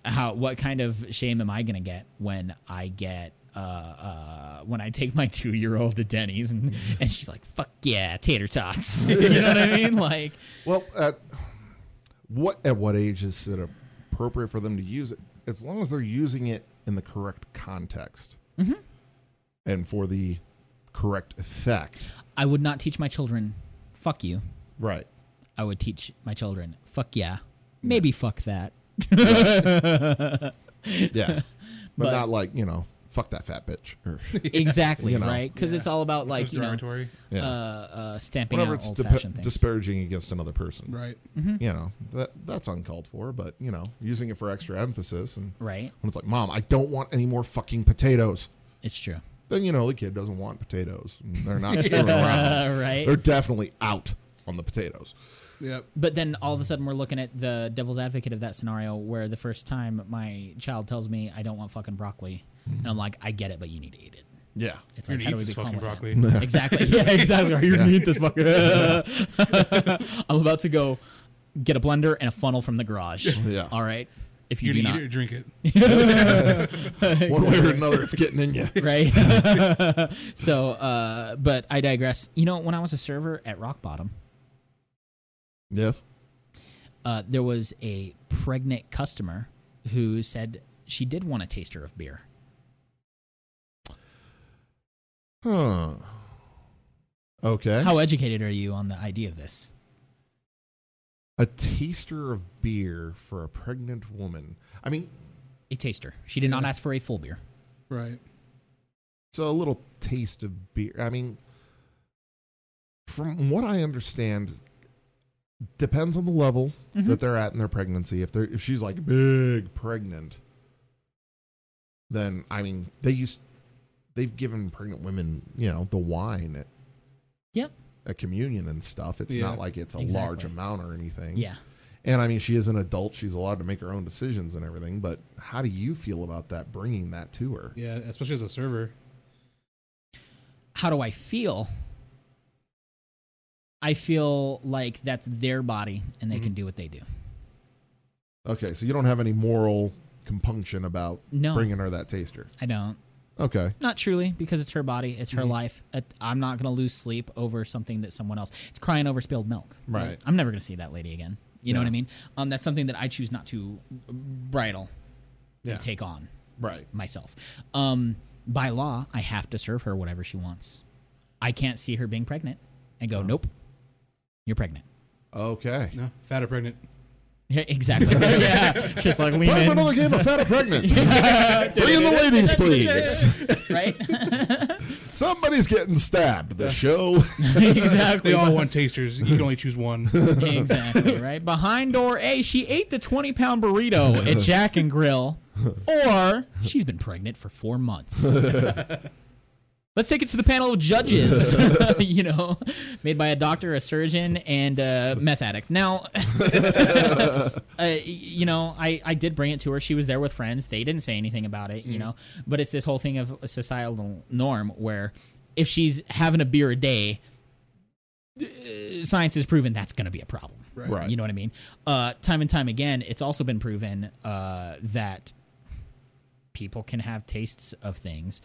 S2: how what kind of shame am I going to get when I get uh, uh, when I take my two year old to
S1: <laughs>
S2: Denny's and, and she's like fuck yeah tater tots you know what I mean like
S1: Well, at what at what age is it appropriate for them to use it? As long as they're using it in the correct context
S2: Mm-hmm.
S1: and for the correct effect.
S2: I would not teach my children fuck you
S1: Right.
S2: I would teach my children fuck yeah
S1: <laughs>
S2: maybe fuck that
S1: Yeah. but,
S2: But- <laughs>
S1: not like you know fuck that fat bitch. Or,
S2: exactly
S1: You know.
S2: right because it's all about like
S3: It's
S2: you know
S3: derogatory.
S1: yeah.
S2: uh, uh, stamping
S1: Whenever
S2: out
S1: it's
S2: old
S1: dep-
S2: fashioned things. Mm-hmm.
S1: disparaging against another person,
S3: Right.
S1: you know that that's uncalled for. But you know, using it for extra emphasis, and
S2: right,
S1: when it's like, "Mom, I don't want any more fucking potatoes,"
S2: it's true.
S1: then you know the kid doesn't want potatoes. And They're
S2: <laughs>
S1: not screwing around.
S2: Uh, right,
S1: They're definitely out on the potatoes.
S3: Yep.
S2: but then all of a sudden we're looking at the devil's advocate of that scenario where the first time my child tells me I don't want fucking broccoli, and I'm like, I get it, but you need to eat it.
S1: Yeah,
S2: It's
S3: You're
S2: like,
S3: gonna
S2: how do
S3: eat
S2: we be
S3: this
S2: calm
S3: fucking
S2: with
S1: <laughs>
S2: that?
S3: broccoli.
S2: exactly. <laughs> Yeah, exactly. Are you gonna eat this fucking? <laughs> I'm about to go get a blender and a funnel from the garage.
S1: <laughs> Yeah.
S2: All right. If you
S3: You're
S2: do
S3: gonna
S2: not,
S3: eat it or drink it.
S1: one way or another, it's getting in you.
S2: <laughs> right? <laughs> so, uh, but I digress. You know, when I was a server at Rock Bottom,
S1: Yes.
S2: uh, there was a pregnant customer who said she did want a taster of beer.
S1: Huh. Okay.
S2: How educated are you on the idea of this?
S1: a taster of beer for a pregnant woman. I mean,
S2: A taster. She did not ask for a full beer.
S3: Right.
S1: so a little taste of beer. I mean, from what I understand, depends on the level
S2: Mm-hmm.
S1: that they're at in their pregnancy. If they're if she's like big pregnant, then I mean they used they've given pregnant women you know the wine at
S2: Yep.
S1: at communion and stuff. It's
S3: Yeah,
S1: not like it's a large
S2: exactly.
S1: amount or anything.
S2: Yeah.
S1: And I mean, she is an adult. She's allowed to make her own decisions and everything. But how do you feel about that bringing that to her?
S3: Yeah. Especially as a server.
S2: How do I feel? I feel like that's their body and they
S1: Mm-hmm.
S2: can do what they do.
S1: Okay, so you don't have any moral compunction about
S2: No.
S1: bringing her that taster.
S2: I don't.
S1: Okay.
S2: Not truly, because it's her body, it's
S1: Mm-hmm.
S2: her life. Uh, I'm not going to lose sleep over something that someone else. It's crying over spilled milk.
S1: Right.
S2: I'm never going to see that lady again. You know
S1: Yeah.
S2: what I mean? Um, that's something that I choose not to bridle
S1: Yeah.
S2: and take on
S1: Right.
S2: myself. Um, by law, I have to serve her whatever she wants. I can't see her being pregnant and go, nope, you're pregnant. <laughs>
S1: Okay.
S3: No. Fat or pregnant.
S2: Yeah, exactly. <laughs> yeah, just like lean
S1: Time for
S2: in,
S1: another game of fat or
S2: <laughs>
S1: pregnant. Bring in the ladies, please.
S2: <laughs> right?
S1: Somebody's getting stabbed. The
S2: <laughs>
S1: show.
S2: exactly. <laughs>
S3: They all want tasters. You can only choose one.
S2: exactly right behind door a she ate the 20 pound burrito at jack and <laughs> grill or she's been pregnant for four months let's take it to the panel of judges <laughs> you know made by a doctor a surgeon and a meth addict now <laughs> uh, y- you know, I, I did bring it to her. She was there with friends. They didn't say anything about it, you know. But it's this whole thing of a societal norm where if she's having a beer a day, uh, science has proven that's going to be a problem.
S1: Right.
S2: You know what I mean? Uh, time and time again, it's also been proven uh, that people can have tastes of things.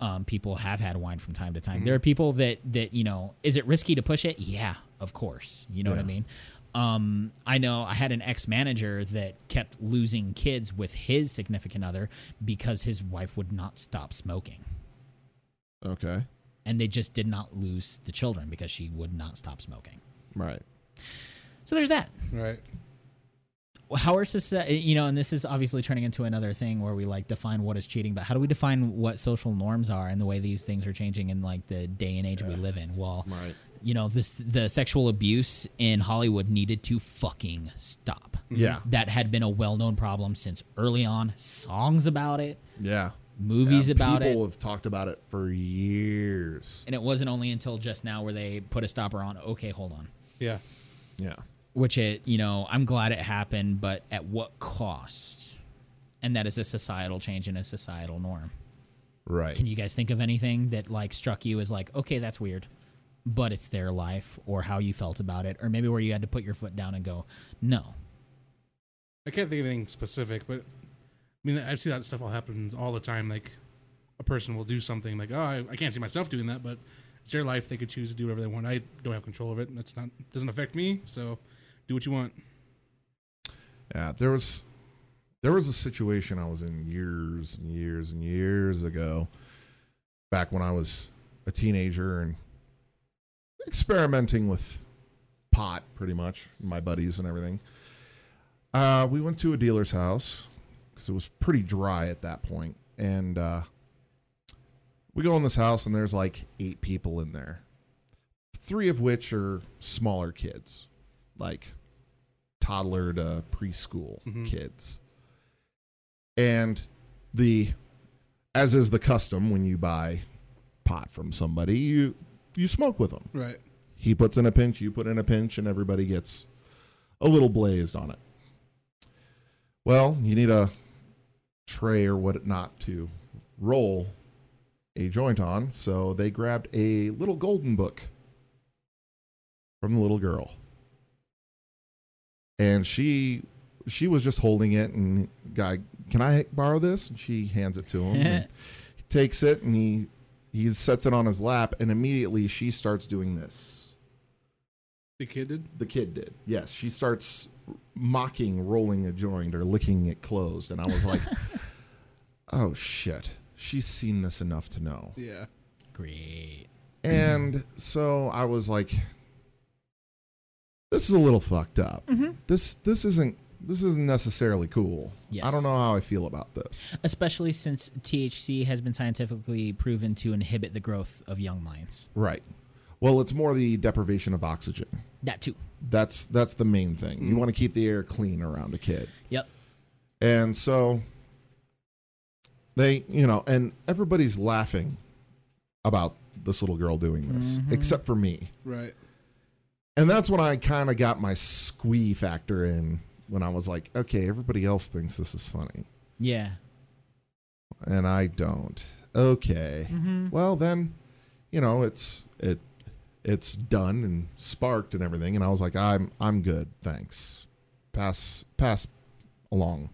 S2: Um, people have had wine from time to time. There are people that that you know. Is it risky to push it? Yeah, of course. You know what I mean. Um, I know I had an ex manager that kept losing kids with his significant other because his wife would not stop smoking,
S1: okay.
S2: and they just did not lose the children because she would not stop smoking.
S1: Right.
S2: So there's that.
S3: Right.
S2: how are society you know and this is obviously turning into another thing where we like define what is cheating but how do we define what social norms are and the way these things are changing in like the day and age we live in well
S1: Right.
S2: you know this the sexual abuse in hollywood needed to fucking stop
S1: Mm-hmm. Yeah.
S2: that had been a well-known problem since early on songs about it
S1: Yeah.
S2: movies
S1: Yeah,
S2: about it
S1: People have talked about it for years.
S2: and it wasn't only until just now where they put a stopper on okay hold on
S3: Yeah.
S1: Yeah.
S2: which it you know i'm glad it happened but at what cost and that is a societal change and a societal norm
S1: Right.
S2: can you guys think of anything that like struck you as like okay that's weird but it's their life or how you felt about it or maybe where you had to put your foot down and go no
S3: I can't think of anything specific, but I mean, I see that stuff all happens all the time. Like, a person will do something like, "Oh, I, I can't see myself doing that," but it's their life; they could choose to do whatever they want. I don't have control of it, and it's not doesn't affect me. So, do what you want.
S1: Yeah, there was there was a situation I was in years and years and years ago, back when I was a teenager and experimenting with pot, pretty much my buddies and everything. Uh, we went to a dealer's house because it was pretty dry at that point, and uh, We go in this house and there's like eight people in there, three of which are smaller kids, like toddler to preschool
S3: Mhm.
S1: kids. And the, as is the custom when you buy pot from somebody, you you smoke with them
S3: Right.
S1: he puts in a pinch, you put in a pinch, and everybody gets a little blazed on it. Well, you need a tray or whatnot to roll a joint on, so they grabbed a little golden book from the little girl. And she she was just holding it and guy, can I borrow this? And she hands it to him.
S2: <laughs>
S1: and he takes it and he he sets it on his lap and immediately she starts doing this
S3: The kid did.
S1: the kid did. Yes, she starts mocking rolling a joint or licking it closed, and I was like, "Oh shit, she's seen this enough to know."
S3: Yeah.
S2: Great.
S1: And so I was like, "This is a little fucked up. This this isn't this isn't necessarily cool. I
S2: Yes.
S1: don't know how I feel about this.
S2: Especially since THC has been scientifically proven to inhibit the growth of young minds.
S1: Right. Well, it's more the deprivation of oxygen.
S2: That too.
S1: That's that's the main thing. You want to keep the air clean around a kid."
S2: Yep.
S1: And so they, you know, and everybody's laughing about this little girl doing this, except for me.
S3: Right.
S1: And that's when I kind of got my squee factor in when I was like, okay, everybody else thinks this is funny.
S2: Yeah.
S1: And I don't. Okay.
S2: Mm-hmm.
S1: Well, then, you know, it's, it, it's done and sparked and everything. And I was like, I'm, I'm good. Thanks. Pass, pass along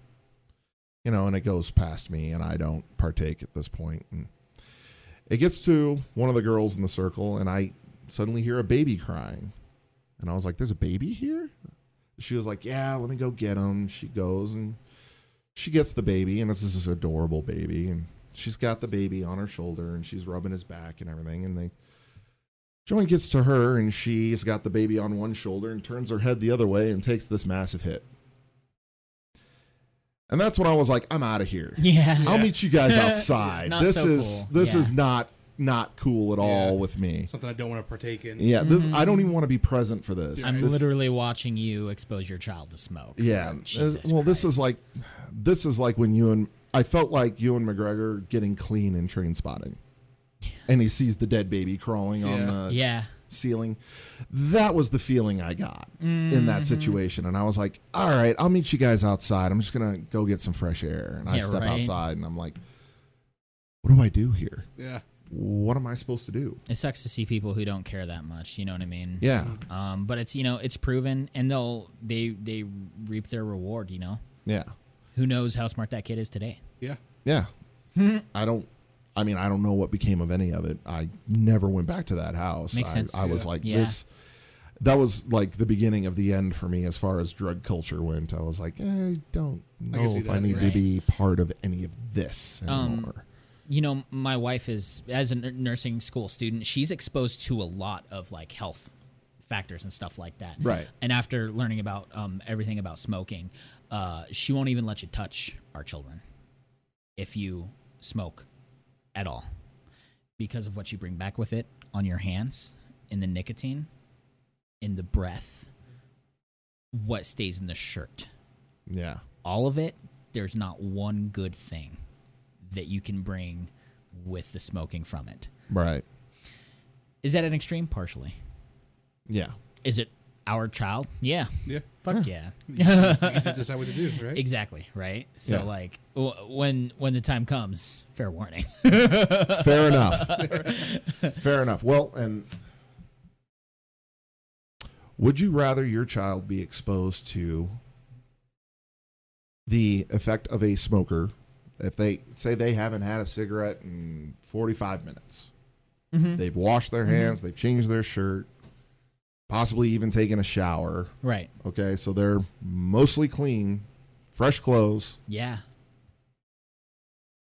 S1: you know, and it goes past me, and I don't partake at this point. And it gets to one of the girls in the circle, and I suddenly hear a baby crying, and I was like, "There's a baby here." She was like, "Yeah, let me go get him." She goes and she gets the baby, and it's this adorable baby, and she's got the baby on her shoulder, and she's rubbing his back and everything, and they. Joan gets to her and she's got the baby on one shoulder and turns her head the other way and takes this massive hit. And that's when I was like, I'm out of here.
S2: Yeah.
S1: I'll meet you
S2: <laughs>
S1: guys outside.
S2: Not
S1: this
S2: so
S1: is
S2: cool.
S1: this
S2: Yeah.
S1: is not not cool at all
S3: Yeah.
S1: with me.
S3: Something I don't want to partake in.
S1: Yeah, this I don't
S2: Mm.
S1: even want to be present for this.
S2: I'm
S1: This-
S2: literally watching you expose your child to smoke.
S1: Yeah.
S2: Jesus
S1: well, this is
S2: Christ.
S1: like this is like when you and I felt like you and McGregor getting clean in train spotting. And he sees the dead baby crawling on
S3: Yeah.
S1: the
S2: Yeah.
S1: ceiling. That was the feeling I got in
S2: Mm-hmm.
S1: that situation. And I was like, all right, I'll meet you guys outside. I'm just going to go get some fresh air. And I
S2: Yeah,
S1: step
S2: right.
S1: outside and I'm like, what do I do here?
S3: Yeah.
S1: What am I supposed to do?
S2: Mm. It sucks to see people who don't care that much. You know what I mean?
S1: Yeah.
S2: Um, but it's you know it's proven, and they'll they they reap their reward. You know,
S1: Yeah.
S2: who knows how smart that kid is today?
S3: Yeah.
S1: Yeah. <laughs> I don't. I mean, I don't know what became of any of it. I never went back to that house.
S2: Makes
S1: I,
S2: sense.
S1: I was
S3: Yeah.
S1: like
S2: Yeah.
S1: this. That was like the beginning of the end for me as far as drug culture went. I was like, eh, I don't know
S3: see
S1: if I
S3: that,
S1: need to
S2: right.
S1: be part of any of this
S2: Um,
S1: anymore.
S2: You know, my wife is as a n- nursing school student, she's exposed to a lot of like health factors and stuff like that.
S1: Right.
S2: And after learning about um, everything about smoking, uh, she won't even let you touch our children if you smoke at all because of what you bring back with it on your hands, in the nicotine, in the breath, what stays in the shirt
S1: yeah.
S2: all of it, there's not one good thing that you can bring with the smoking from it.
S1: Right.
S2: Is that an extreme? Partially.
S1: Yeah.
S2: Is it our child? Yeah.
S1: <laughs>
S3: Yeah.
S2: Fuck yeah.
S3: You should decide what to do, right?
S2: Exactly. Right. So
S1: Yeah.
S2: like w- when when the time comes, fair
S1: <laughs>
S2: warning.
S1: Fair enough. Fair enough. Well, and would you rather your child be exposed to the effect of a smoker if they say they haven't had a cigarette in 45 minutes?
S2: Mm-hmm.
S1: They've washed their hands, they've changed their shirt, possibly even taken a shower.
S2: right.
S1: Okay, so they're mostly clean, fresh clothes.
S2: Yeah.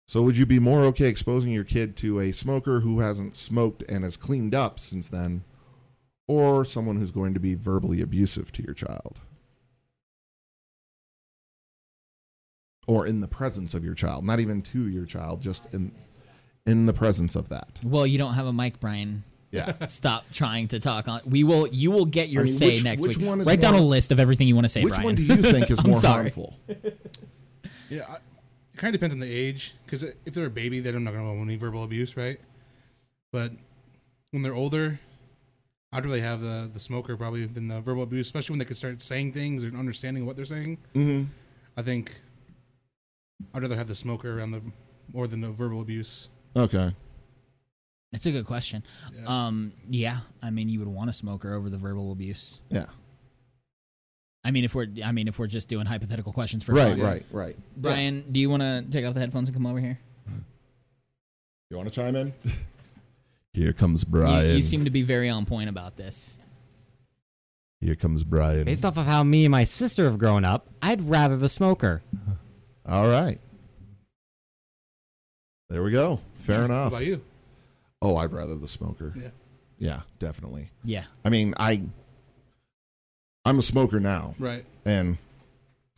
S1: So would you be more okay exposing your kid to a smoker who hasn't smoked and has cleaned up since then, or someone who's going to be verbally abusive to your child? Or in the presence of your child, not even to your child, just in in the presence of that.
S2: Well, you don't have a mic, Brian.
S1: Yeah. <laughs>
S2: Stop trying to talk on. We will. You will get your
S1: I mean,
S2: say
S1: which-
S2: next
S1: which
S2: week.
S1: one is
S2: Write down a
S1: more-
S2: list of everything you want to <laughs> say,
S1: Which
S2: Brian.
S1: one do you think is
S2: <laughs> I'm
S1: more
S2: sorry.
S1: harmful?
S3: Yeah, I, it kind of depends on the age. Because if they're a baby, then I'm not going to want any verbal abuse, right? But when they're older, I'd really have the the smoker probably than the verbal abuse, especially when they could start saying things and understanding what they're saying.
S1: Mm-hmm.
S3: I think I'd rather have the smoker around the more than the verbal abuse.
S1: Okay.
S2: That's a good question.
S3: Yeah.
S2: Um, yeah, I mean, you would want a smoker over the verbal abuse.
S1: Yeah.
S2: I mean, if we're, I mean, if we're just doing hypothetical questions for
S1: Right,
S2: fun.
S1: right, right.
S2: Brian, do you want to take off the headphones and come over here?
S1: You want to chime in? <laughs> Here comes Brian.
S2: You, you seem to be very on point about this.
S1: Here comes Brian.
S5: Based off of how me and my sister have grown up, I'd rather the smoker.
S1: All right. There we go. Fair
S3: What
S1: enough.
S3: about you?
S1: Oh, I'd rather the smoker.
S3: Yeah.
S1: Yeah, definitely.
S2: Yeah.
S1: I mean, I I'm a smoker now
S3: Right.
S1: and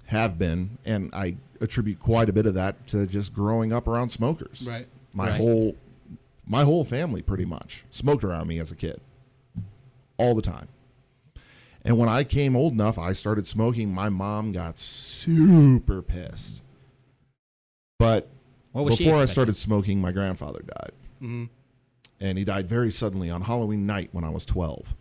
S1: have been and I attribute quite a bit of that to just growing up around smokers.
S3: Right.
S1: My
S2: Right.
S1: whole my whole family pretty much smoked around me as a kid. All the time. And when I came old enough, I started smoking. My mom got super pissed. But
S2: What was she
S1: before I
S2: expecting?
S1: started smoking, my grandfather died.
S3: Mm-hmm.
S1: And he died very suddenly on Halloween night when I was 12.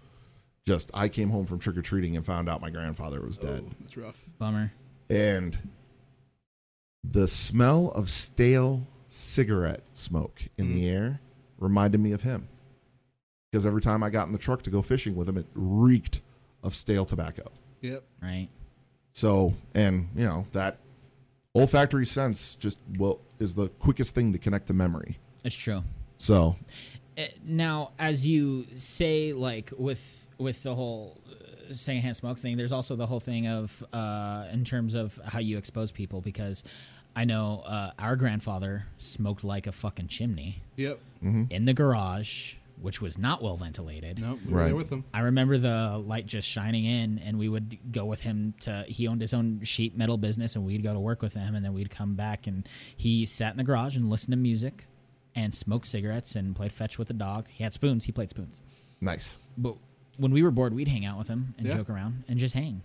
S1: Just, I came home from trick or treating and found out my grandfather was dead.
S3: Oh, that's rough.
S2: Bummer.
S1: And the smell of stale cigarette smoke in
S2: Mm.
S1: the air reminded me of him. Because every time I got in the truck to go fishing with him, it reeked of stale tobacco.
S3: Yep.
S2: Right.
S1: So, and you know that olfactory sense just well is the quickest thing to connect to memory.
S2: That's true.
S1: So,
S2: Uh, Now, as you say, like with with the whole uh, secondhand smoke thing, there's also the whole thing of uh, in terms of how you expose people. Because I know uh, our grandfather smoked like a fucking chimney
S3: Yep.
S1: Mm.
S2: in the garage, which was not well ventilated.
S3: No, we were
S1: Right.
S3: there with them.
S2: I remember the light just shining in, and we would go with him to. He owned his own sheet metal business, and we'd go to work with him, and then we'd come back, and he sat in the garage and listened to music, and smoked cigarettes, and played fetch with the dog. He had spoons. He played spoons.
S1: nice.
S2: But when we were bored, we'd hang out with him and
S3: Yeah.
S2: joke around and just hang.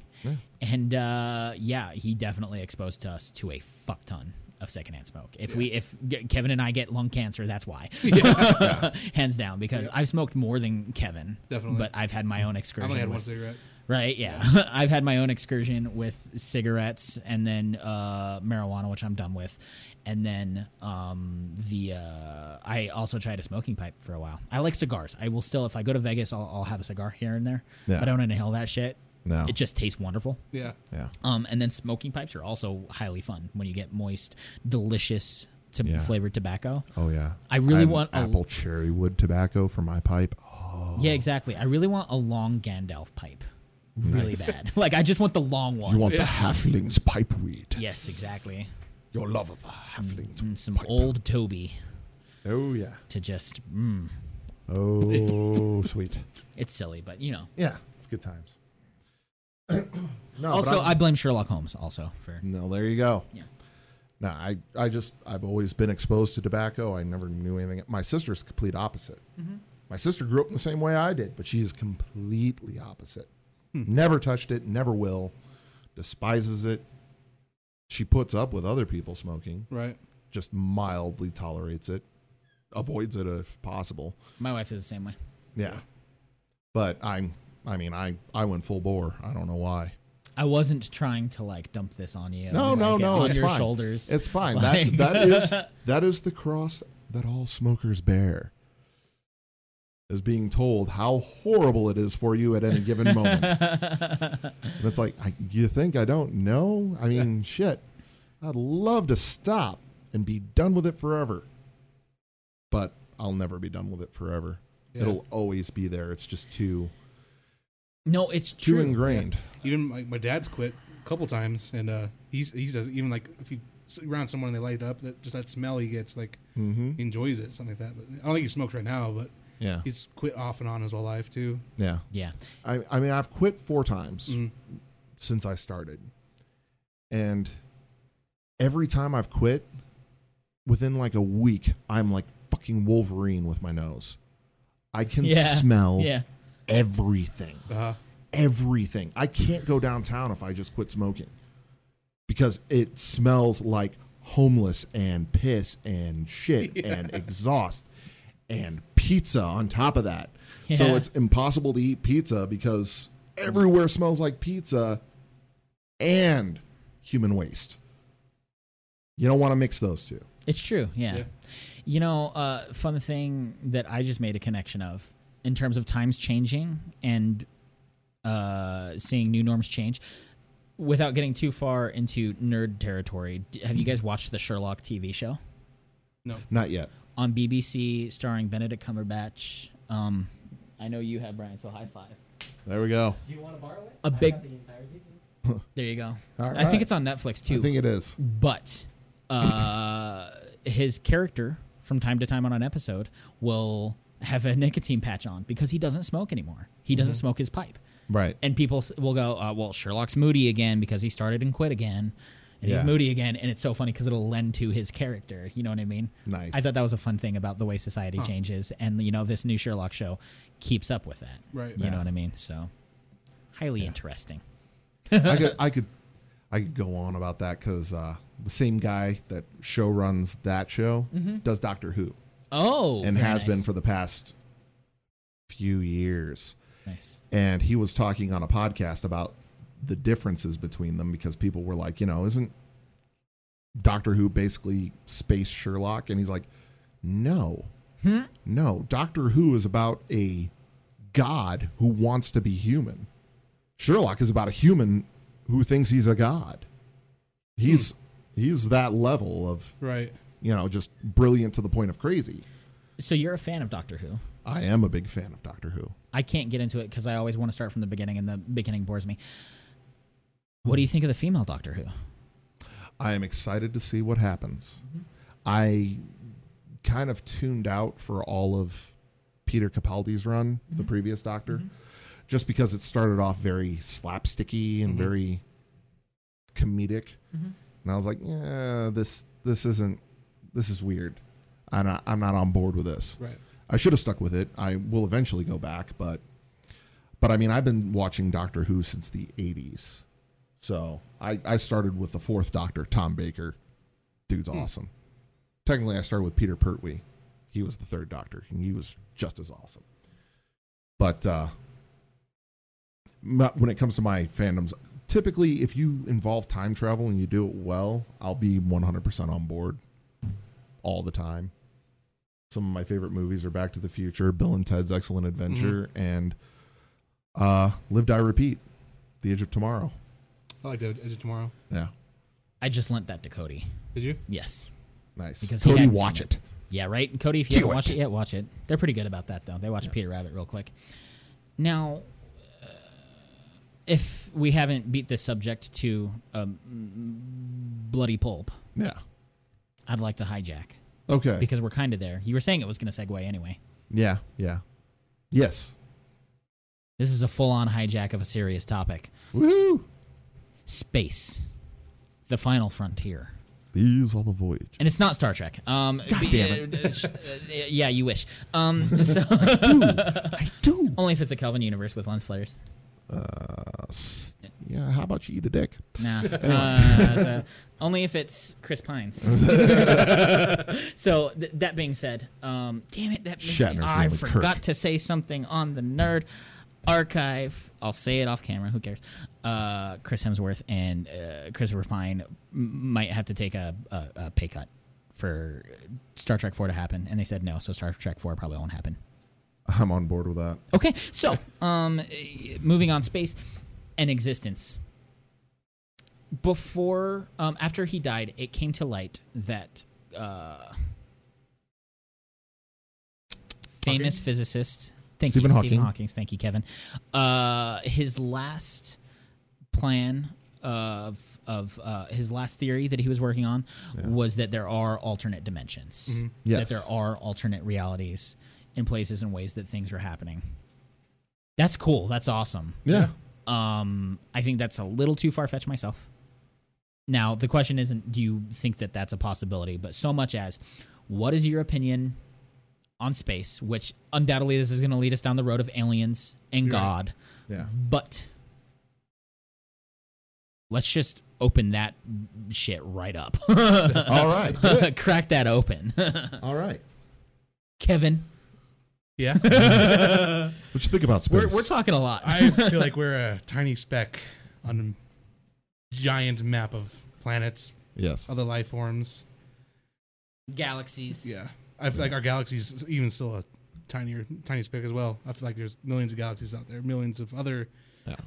S2: And uh, yeah, he definitely exposed to us to a fuck ton of secondhand smoke. If we, if G- Kevin and I get lung cancer, that's
S3: <laughs>
S2: why, <laughs> hands down. Because I've smoked more than Kevin,
S3: Definitely.
S2: But I've had my own
S3: I
S2: excursion.
S3: only had
S2: with-
S3: one cigarette.
S2: Right, yeah. <laughs> I've had my own excursion with cigarettes and then uh, marijuana, which I'm done with. And then um, the uh, I also tried a smoking pipe for a while. I like cigars. I will still, if I go to Vegas, I'll, I'll have a cigar here and there.
S1: Yeah.
S2: I don't inhale that shit.
S1: No.
S3: Oh.
S2: It just tastes wonderful.
S3: Yeah.
S1: Yeah.
S2: Um, and then smoking pipes are also highly fun when you get moist, delicious to
S1: Yeah.
S2: flavored tobacco.
S1: Oh yeah.
S2: I really
S1: I'm
S2: want a-
S1: apple cherry wood tobacco for my pipe. Oh,
S2: Yeah, exactly. I really want a long Gandalf pipe. Really bad. <laughs> Like, I just want the long one.
S1: you want the halflings pipe weed.
S2: yes, exactly.
S1: Your love of the halflings.
S2: and some old Toby
S1: Oh yeah.
S2: to just. Mm,
S1: <laughs> Oh sweet.
S2: it's silly, but you know.
S1: Yeah, it's good times. <clears throat> no, Oh, but
S2: Also,
S1: I'm-
S2: I blame Sherlock Holmes also for.
S1: No, there you go.
S2: Yeah.
S1: No, I, I just I've always been exposed to tobacco. I never knew anything. My sister's complete opposite. My sister grew up in the same way I did, but she is completely opposite. Never touched it, never will. Despises it. She puts up with other people smoking,
S3: Right.
S1: just mildly tolerates it, avoids it if possible.
S2: My wife is the same way.
S1: Yeah. But I'm I mean, I I went full bore. I don't know why.
S2: I wasn't trying to like dump this on you.
S1: No,
S2: like,
S1: no, no.
S2: On
S1: it's
S2: your
S1: fine.
S2: shoulders.
S1: It's
S2: <laughs>
S1: fine.
S2: Like-
S1: that that is that is the cross that all smokers bear. Is being told how horrible it is for you at any given moment. and it's like, I, you think I don't know? I
S2: <laughs>
S1: mean, shit. I'd love to stop and be done with it forever. But I'll never be done with it forever.
S3: Yeah.
S1: It'll always be there. It's just too
S2: no, it's
S1: too
S2: true.
S1: ingrained.
S3: Even my, my dad's quit a couple times, and uh, he's he's does even like if you sit around someone and they light up, that just that smell he gets, like
S1: Mm-hmm.
S3: he enjoys it, something like that. But I don't think he smokes right now, but
S1: Yeah.
S3: he's quit off and on his whole life too.
S1: Yeah.
S2: Yeah.
S1: I, I mean, I've quit four times
S3: Mhm.
S2: Mm-hmm.
S1: since I started. And every time I've quit, within like a week, I'm like fucking Wolverine with my nose. I can
S2: Yeah.
S1: smell
S2: Yeah.
S1: everything.
S3: Uh,
S1: Everything. I can't go downtown if I just quit smoking because it smells like homeless and piss and shit
S2: <laughs>
S1: and exhaust and pizza on top of that. So
S2: Yeah.
S1: it's impossible to eat pizza because everywhere smells like pizza and human waste. You don't want to mix those two.
S2: It's true, yeah.
S3: Yeah.
S2: You know, uh, fun thing that I just made a connection of in terms of times changing and uh, seeing new norms change. Without getting too far into nerd territory, d- have you
S4: Mm-hmm.
S2: guys watched the Sherlock TV show
S1: Not yet.
S2: on BBC starring Benedict Cumberbatch? Um, I know you have Brian, so high five.
S1: There we go.
S4: Do you want to borrow it?
S2: A
S4: I
S2: big-
S4: have the entire season.
S2: <laughs> There you go.
S1: All
S2: I
S1: right.
S2: think it's on Netflix too.
S1: I think it is.
S2: but uh, his character from time to time on an episode will have a nicotine patch on because he doesn't smoke anymore. He doesn't
S1: Mm-hmm.
S2: smoke his pipe,
S1: Right.
S2: and people s- will go, uh, "Well, Sherlock's moody again because he started and quit again, and
S1: Yeah.
S2: he's moody again." And it's so funny because it'll lend to his character. You know what I mean?
S1: Nice.
S2: I thought that was a fun thing about the way society changes, and you know, this new Sherlock show keeps up with that.
S3: Right.
S2: You
S1: Yeah.
S2: know what I mean? So highly interesting.
S1: I
S2: <laughs>
S1: could I could I could go on about that because uh, the same guy that show runs that show does Doctor Who
S2: Oh,
S1: and
S2: Mm-hmm. very
S1: has been
S2: nice.
S1: for the past few years.
S2: nice.
S1: And he was talking on a podcast about the differences between them because people were like, you know, isn't Doctor Who basically space Sherlock? And he's like, no, no. Doctor Who is about a god who wants to be human. Sherlock is about a human who thinks he's a god. He's he's that level of
S3: right.
S1: you know just brilliant to the point of crazy.
S2: So you're a fan of Doctor Who?
S1: I am a big fan of Doctor Who.
S2: I can't get into it because I always want to start from the beginning, and the beginning bores me. What do you think of the female Doctor Who?
S1: I am excited to see what happens. I kind of tuned out for all of Peter Capaldi's run, the previous Doctor, just because it started off very slapsticky and very comedic, and I was like, "Yeah, this this isn't this is weird. I'm not, I'm not on board with this.
S3: Right.
S1: I should have stuck with it. I will eventually go back, but but I mean, I've been watching Doctor Who since the '80s, so I I started with the fourth Doctor, Tom Baker. Dude's awesome. Technically, I started with Peter Pertwee. He was the third Doctor, and he was just as awesome. But uh, my- when it comes to my fandoms, typically, if you involve time travel and you do it well, I'll be 100% on board all the time. Some of my favorite movies are Back to the Future, Bill and Ted's Excellent Adventure, and uh, Live, Die, Repeat, The Age of Tomorrow.
S3: I like the Edge of Tomorrow.
S1: Yeah,
S2: I just lent that to Cody.
S3: Did you?
S2: Yes,
S1: nice.
S2: because he
S1: Cody,
S2: hadn't
S1: watch
S2: seen
S1: it.
S2: Yeah, right. And Cody, if you
S1: Do
S2: haven't watched
S1: it.
S2: it yet, watch it. They're pretty good about that, though. They watch Peter Rabbit real quick. Now, uh, if we haven't beat this subject to a mm, bloody pulp,
S1: Yeah.
S2: I'd like to hijack
S1: Okay.
S2: because we're kind of there. You were saying it was going to segue anyway.
S1: yeah. Yeah. Yes.
S2: This is a full-on hijack of a serious topic.
S1: Woohoo!
S2: space, the final frontier.
S1: These are the voyage.
S2: And it's not Star Trek. Um, but,
S1: damn
S2: uh, sh- uh, yeah, you wish. Um, so
S1: Dude.
S2: <laughs> only if it's a Kelvin universe with lens flares.
S1: Yeah. How about you eat a dick? <laughs>
S2: Nah. Uh, so only if it's
S1: <laughs>
S2: Chris Pines. so th- that being said, um, damn it, that makes me-
S1: Shatner's the
S2: I
S1: only Kirk.
S2: forgot to say something on the nerd archive. I'll say it off camera. Who cares? Uh, Chris Hemsworth and uh, Christopher Pine m- might have to take a, a, a pay cut for Star Trek Four to happen, and they said no. So Star Trek Four probably won't happen.
S1: I'm on board with that.
S2: Okay, so um, eh, moving on, space and existence. Before, um, after he died, it came to light that uh, famous physicist, thank
S1: Stephen
S2: you,
S1: Hawking.
S2: Stephen Hawking, thank you, Kevin. Uh, his last plan of of uh, his last theory that he was working on was that there are alternate dimensions,
S1: Mm-hmm. Yes.
S2: that there are alternate realities in places and ways that things are happening. That's cool. That's awesome.
S1: Yeah.
S2: Um, I think that's a little too far fetched myself. Now, the question isn't do you think that that's a possibility, but so much as what is your opinion on space, which undoubtedly this is going to lead us down the road of aliens and
S3: You're right.
S2: God,
S1: Yeah.
S2: but let's just open that shit right up.
S1: <laughs> All right.
S2: <laughs> Crack that open.
S1: All right.
S2: Kevin,
S3: <laughs> Yeah.
S1: What you think about space?
S2: we're, we're talking a lot. <laughs>
S3: I feel like we're a tiny speck on a giant map of planets,
S1: yes.
S3: other life forms.
S2: Galaxies.
S3: Yeah. I feel like our galaxy's even still a tinier, tiny speck as well. I feel like there's millions of galaxies out there, millions of other.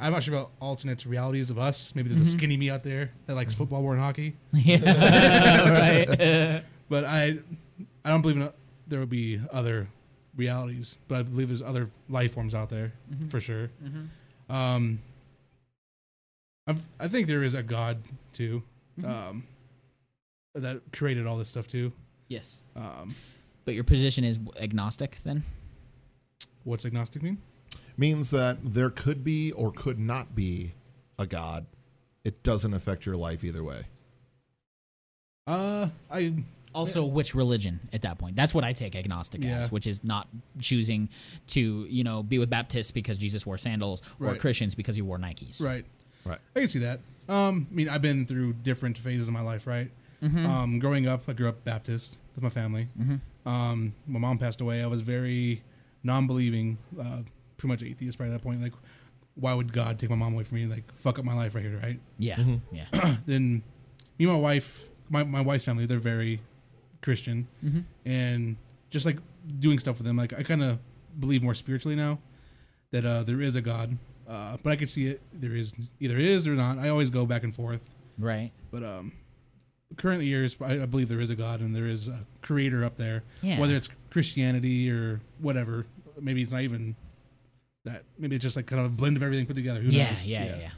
S3: I'm not sure about alternate realities of us. Maybe there's a skinny me out there that likes football more than hockey.
S2: <laughs> Yeah, right.
S3: But I, I don't believe in a, there will be other realities. But I believe there's other life forms out there for sure.
S2: Mm-hmm.
S3: Um, I've, I think there is a God too, um, that created all this stuff too.
S2: yes.
S3: Um,
S2: But your position is agnostic then?
S3: what's agnostic mean?
S1: Means that there could be or could not be a god. It doesn't affect your life either way.
S3: Uh, I
S2: Also, which religion at that point? That's what I take agnostic
S3: Yeah.
S2: as, which is not choosing to, you know, be with Baptists because Jesus wore sandals or
S3: Right.
S2: Christians because he wore Nikes.
S3: Right.
S1: Right.
S3: I can see that. Um, I mean, I've been through different phases of my life, right?
S2: Mm-hmm.
S3: Um, growing up, I grew up Baptist with my family. Um, my mom passed away. I was very non-believing, uh, pretty much atheist by that point. Like, why would God take my mom away from me? Like, fuck up my life right here, right?
S2: Yeah.
S3: Mm-hmm.
S2: Yeah.
S3: then me and my wife, my, my wife's family, they're very Christian,
S2: Mm-hmm.
S3: and just like doing stuff with them, like I kind of believe more spiritually now that uh, there is a God, uh, but I could see it there is either is or not. I always go back and forth,
S2: Right.
S3: but um, currently years I, I believe there is a God and there is a Creator up there,
S2: Yeah.
S3: whether it's Christianity or whatever. Maybe it's not even that. Maybe it's just like kind of a blend of everything put together. Who
S2: Yeah,
S3: knows?
S2: yeah, yeah, yeah.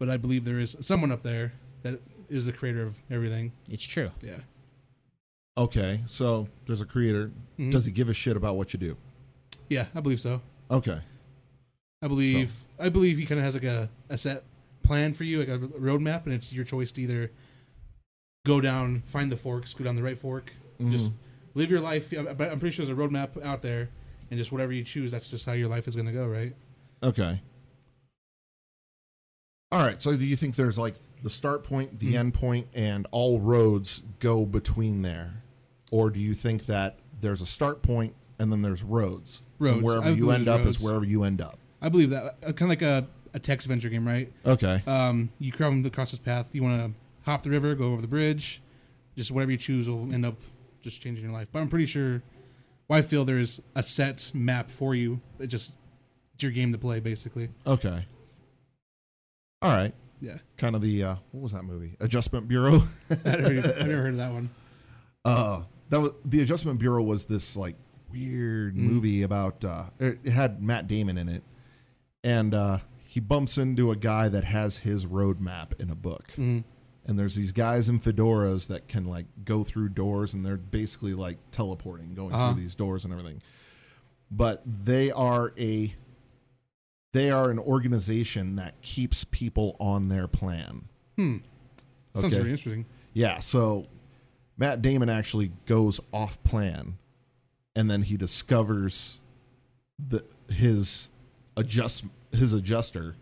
S3: but I believe there is someone up there that is the creator of everything.
S2: It's true.
S3: Yeah.
S1: Okay. So there's a creator. Does he give a shit about what you do?
S3: Yeah, I believe so.
S1: Okay.
S3: I believe I believe he kind of has like a, a set plan for you, like a roadmap, and it's your choice to either go down, find the forks, go down the right fork,
S1: Mm-hmm. Mm.
S3: just live your life. Yeah, But I'm pretty sure there's a roadmap out there, and just whatever you choose, that's just how your life is going to go, right?
S1: Okay. All right. So do you think there's like the start point,
S3: Hmm.
S1: the end point, and all roads go between there? Or do you think that there's a start point and then there's roads? and
S3: Roads. I
S1: wherever you
S3: believe
S1: end up
S3: there's
S1: is
S3: roads.
S1: wherever you end up.
S3: I believe that kind of like a, a text adventure game, right?
S1: Okay.
S3: Um, you come across this path. You want to hop the river, go over the bridge. Just whatever you choose will end up just changing your life. But I'm pretty sure. Well, I feel there's a set map for you. It just it's your game to play, basically.
S1: Okay. All right.
S3: Yeah, <laughs>
S1: Kind of the uh, what was that movie? Adjustment Bureau. <laughs>
S3: I've never, I've never heard of that one.
S1: Uh, that was the Adjustment Bureau was this like weird movie about uh, it it had Matt Damon in it, and uh, he bumps into a guy that has his roadmap in a book, and there's these guys in fedoras that can like go through doors, and they're basically like teleporting, going
S3: Uh-huh.
S1: through these doors and everything. But they are a they are an organization that keeps people on their plan.
S3: Sounds
S1: Okay.
S3: very interesting.
S1: Yeah, so Matt Damon actually goes off plan and then he discovers the his adjust his adjuster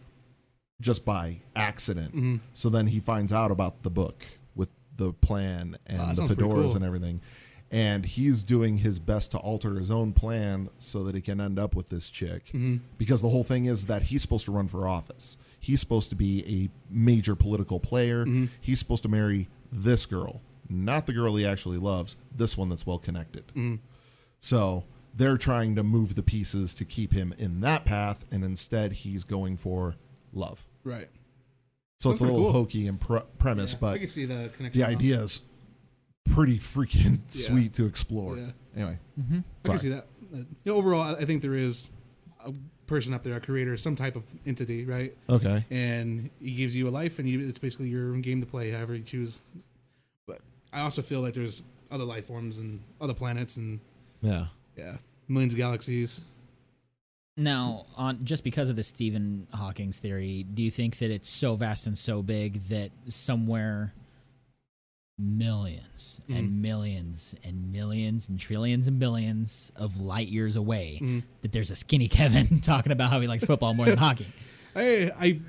S1: just by accident.
S3: Mm-hmm.
S1: So then he finds out about the book with the plan and
S3: Wow, Ah, that
S1: the
S3: sounds pretty
S1: fedoras
S3: cool.
S1: and everything. And he's doing his best to alter his own plan so that he can end up with this chick.
S3: Mm-hmm.
S1: Because the whole thing is that he's supposed to run for office. He's supposed to be a major political player.
S3: Mm-hmm.
S1: He's supposed to marry this girl, not the girl he actually loves, this one that's well connected. So they're trying to move the pieces to keep him in that path, and instead he's going for love.
S3: Right.
S1: So it's a
S3: Sounds
S1: little
S3: pretty cool.
S1: hokey in pre- premise,
S3: I
S1: but
S3: can see the connection.
S1: the idea is pretty freaking <laughs>
S3: Yeah.
S1: sweet to explore.
S3: Yeah.
S1: Anyway,
S3: I can see that. Uh, you know, overall, I- I think there is a person up there, a creator, some type of entity, right?
S1: okay,
S3: and he gives you a life, and you, it's basically your own game to play, however you choose. But I also feel like there's other life forms and other planets, and
S1: yeah,
S3: yeah, millions of galaxies.
S2: Now, on just because of the Stephen Hawking's theory, do you think that it's so vast and so big that somewhere millions
S3: Mm-hmm.
S2: and millions and millions and trillions and billions of light years away
S3: Mm-hmm.
S2: that there's a skinny <laughs> Kevin talking about how he likes football
S3: <laughs>
S2: more than hockey.
S3: I, I,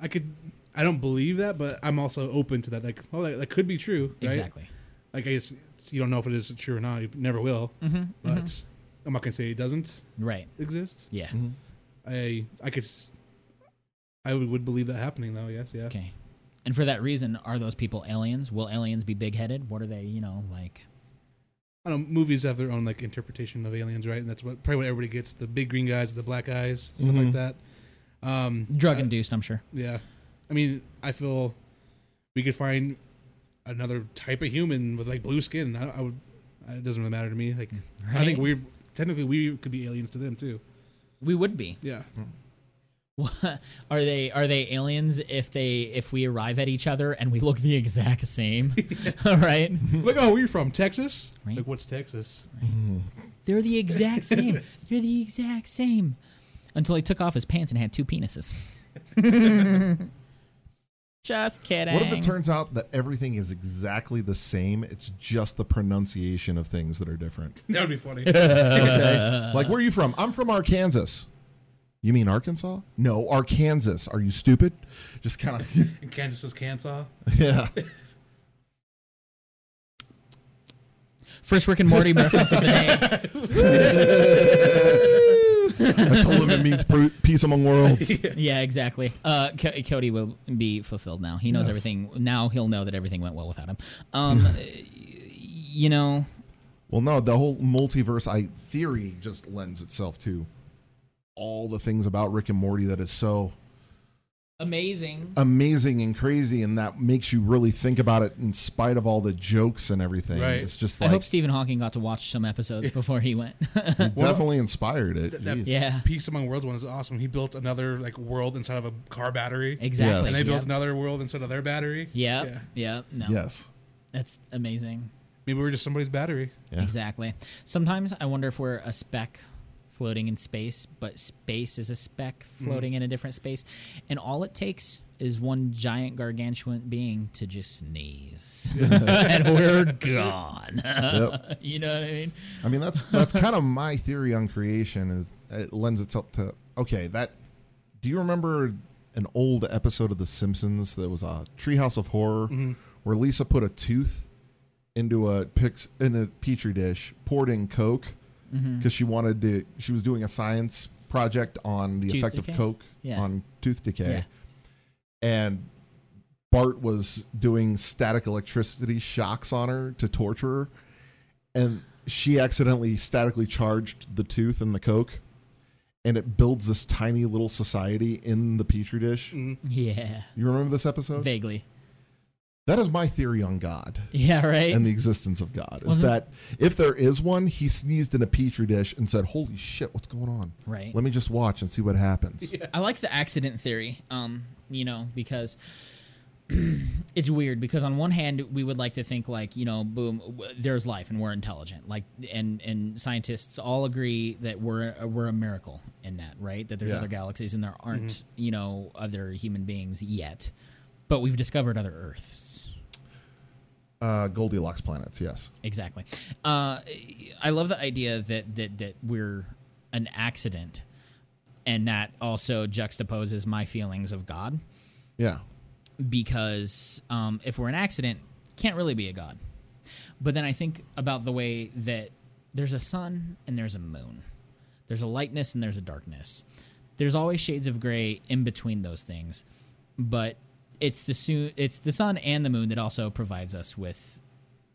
S3: I could. I don't believe that, but I'm also open to that. Like, oh, that, that could be true. right?
S2: Exactly.
S3: Like, I guess you don't know if it is true or not. You never will.
S2: Mm-hmm.
S3: But I'm not gonna say it doesn't
S2: Right.
S3: exist.
S2: Yeah.
S1: Mm-hmm.
S3: I, I could. s- I would, would believe that happening though. Yes. Yeah.
S2: Okay. And for that reason, are those people aliens? Will aliens be big headed? What are they, you know, like?
S3: I don't. know, Movies have their own like interpretation of aliens, right? And that's what probably what everybody gets: the big green guys, the black eyes, stuff
S2: Mm-hmm.
S3: like that. Um,
S2: Drug induced, I'm sure.
S3: Yeah. I mean, I feel we could find another type of human with like blue skin. I, I would. It doesn't really matter to me. Like, I
S2: Right.
S3: think we technically we could be aliens to them too.
S2: We would be.
S3: Yeah.
S2: <laughs> are they are they aliens if they if we arrive at each other and we look the
S1: <laughs>
S2: exact same? <laughs> All right.
S3: like, oh, where you from? Texas?
S2: Right.
S3: Like, what's Texas?
S2: They're the exact same. They're the exact same. Until he took off his pants and had
S1: <laughs>
S2: two penises. Just kidding.
S1: What if it turns out that everything is exactly the same? It's just the pronunciation of things that are different.
S3: That would
S2: <laughs>
S3: be funny.
S1: <laughs> Okay. like, where are you from? I'm from Arkansas. You mean Arkansas? No, Arkansas. Are you stupid? Just kind of,
S3: And Kansas is Kansas.
S1: <laughs> yeah.
S2: First Rick and Morty reference of the
S1: <laughs>
S2: day.
S1: I told him it means pr- peace among worlds.
S2: Yeah, exactly. Uh, Co- Cody will be fulfilled now. He knows
S1: Yes.
S2: everything. Now he'll know that everything went well without him.
S1: <laughs>
S2: Um, y- you know,
S1: Well, no, the whole multiverse I theory just lends itself to all the things about Rick and Morty that is so
S2: amazing.
S1: amazing and crazy, and that makes you really think about it in spite of all the jokes and everything.
S3: Right.
S1: It's just
S2: I
S1: like
S2: hope Stephen Hawking got to watch some episodes before he went. <laughs>
S1: definitely inspired it.
S3: That, that
S1: Jeez.
S2: Yeah.
S3: Peace Among Worlds one is awesome. He built another like world inside of a car battery.
S2: exactly.
S3: And they built
S2: Yep.
S3: another world inside of their battery.
S2: Yep.
S3: Yeah.
S2: Yep. No.
S1: Yes.
S2: That's amazing.
S3: Maybe we're just somebody's battery.
S1: Yeah.
S2: Exactly. Sometimes I wonder if we're a speck floating in space, but space is a speck floating in a different space. And all it takes is one giant gargantuan being to just sneeze. <laughs> and we're gone.
S1: Yep.
S2: <laughs> you know what I mean?
S1: I mean, that's that's kind of my theory on creation. Is it lends itself to okay that. Do you remember an old episode of The Simpsons that was a Treehouse of Horror
S2: Mm-hmm.
S1: where Lisa put a tooth into a pix in a petri dish, poured in Coke because
S2: Mm-hmm.
S1: she wanted to. She was doing a science project on the
S2: Tooth
S1: effect
S2: decay?
S1: of Coke
S2: Yeah.
S1: on tooth decay, and Bart was doing static electricity shocks on her to torture her, and she accidentally statically charged the tooth and the coke, and it builds this tiny little society in the petri dish.
S2: Mm.
S3: Mm-hmm.
S2: <laughs> Yeah.
S1: You remember this episode?
S2: Vaguely.
S1: that is my theory on God
S2: Yeah, right?
S1: and the existence of God. Is
S2: Wasn't-
S1: that if there is one, he sneezed in a petri dish and said, "Holy shit, what's going on?"
S2: Right.
S1: Let me just watch and see what happens.
S2: <laughs> I like the accident theory, um, you know, because <clears throat> it's weird. Because on one hand, we would like to think like, you know, boom, w- there's life and we're intelligent. Like, and and scientists all agree that we're uh, we're a miracle in that, right? That there's
S1: Yeah.
S2: other galaxies and there aren't, you know, other human beings yet, but we've discovered other Earths.
S1: Uh, Goldilocks planets. Yes.
S2: Exactly. Uh, I love the idea that, that that we're an accident, and that also juxtaposes my feelings of God.
S1: Yeah.
S2: because um, if we're an accident, can't really be a god. But then I think about the way that there's a sun and there's a moon, there's a lightness and there's a darkness. There's always shades of gray in between those things, but it's the su- it's the sun and the moon that also provides us with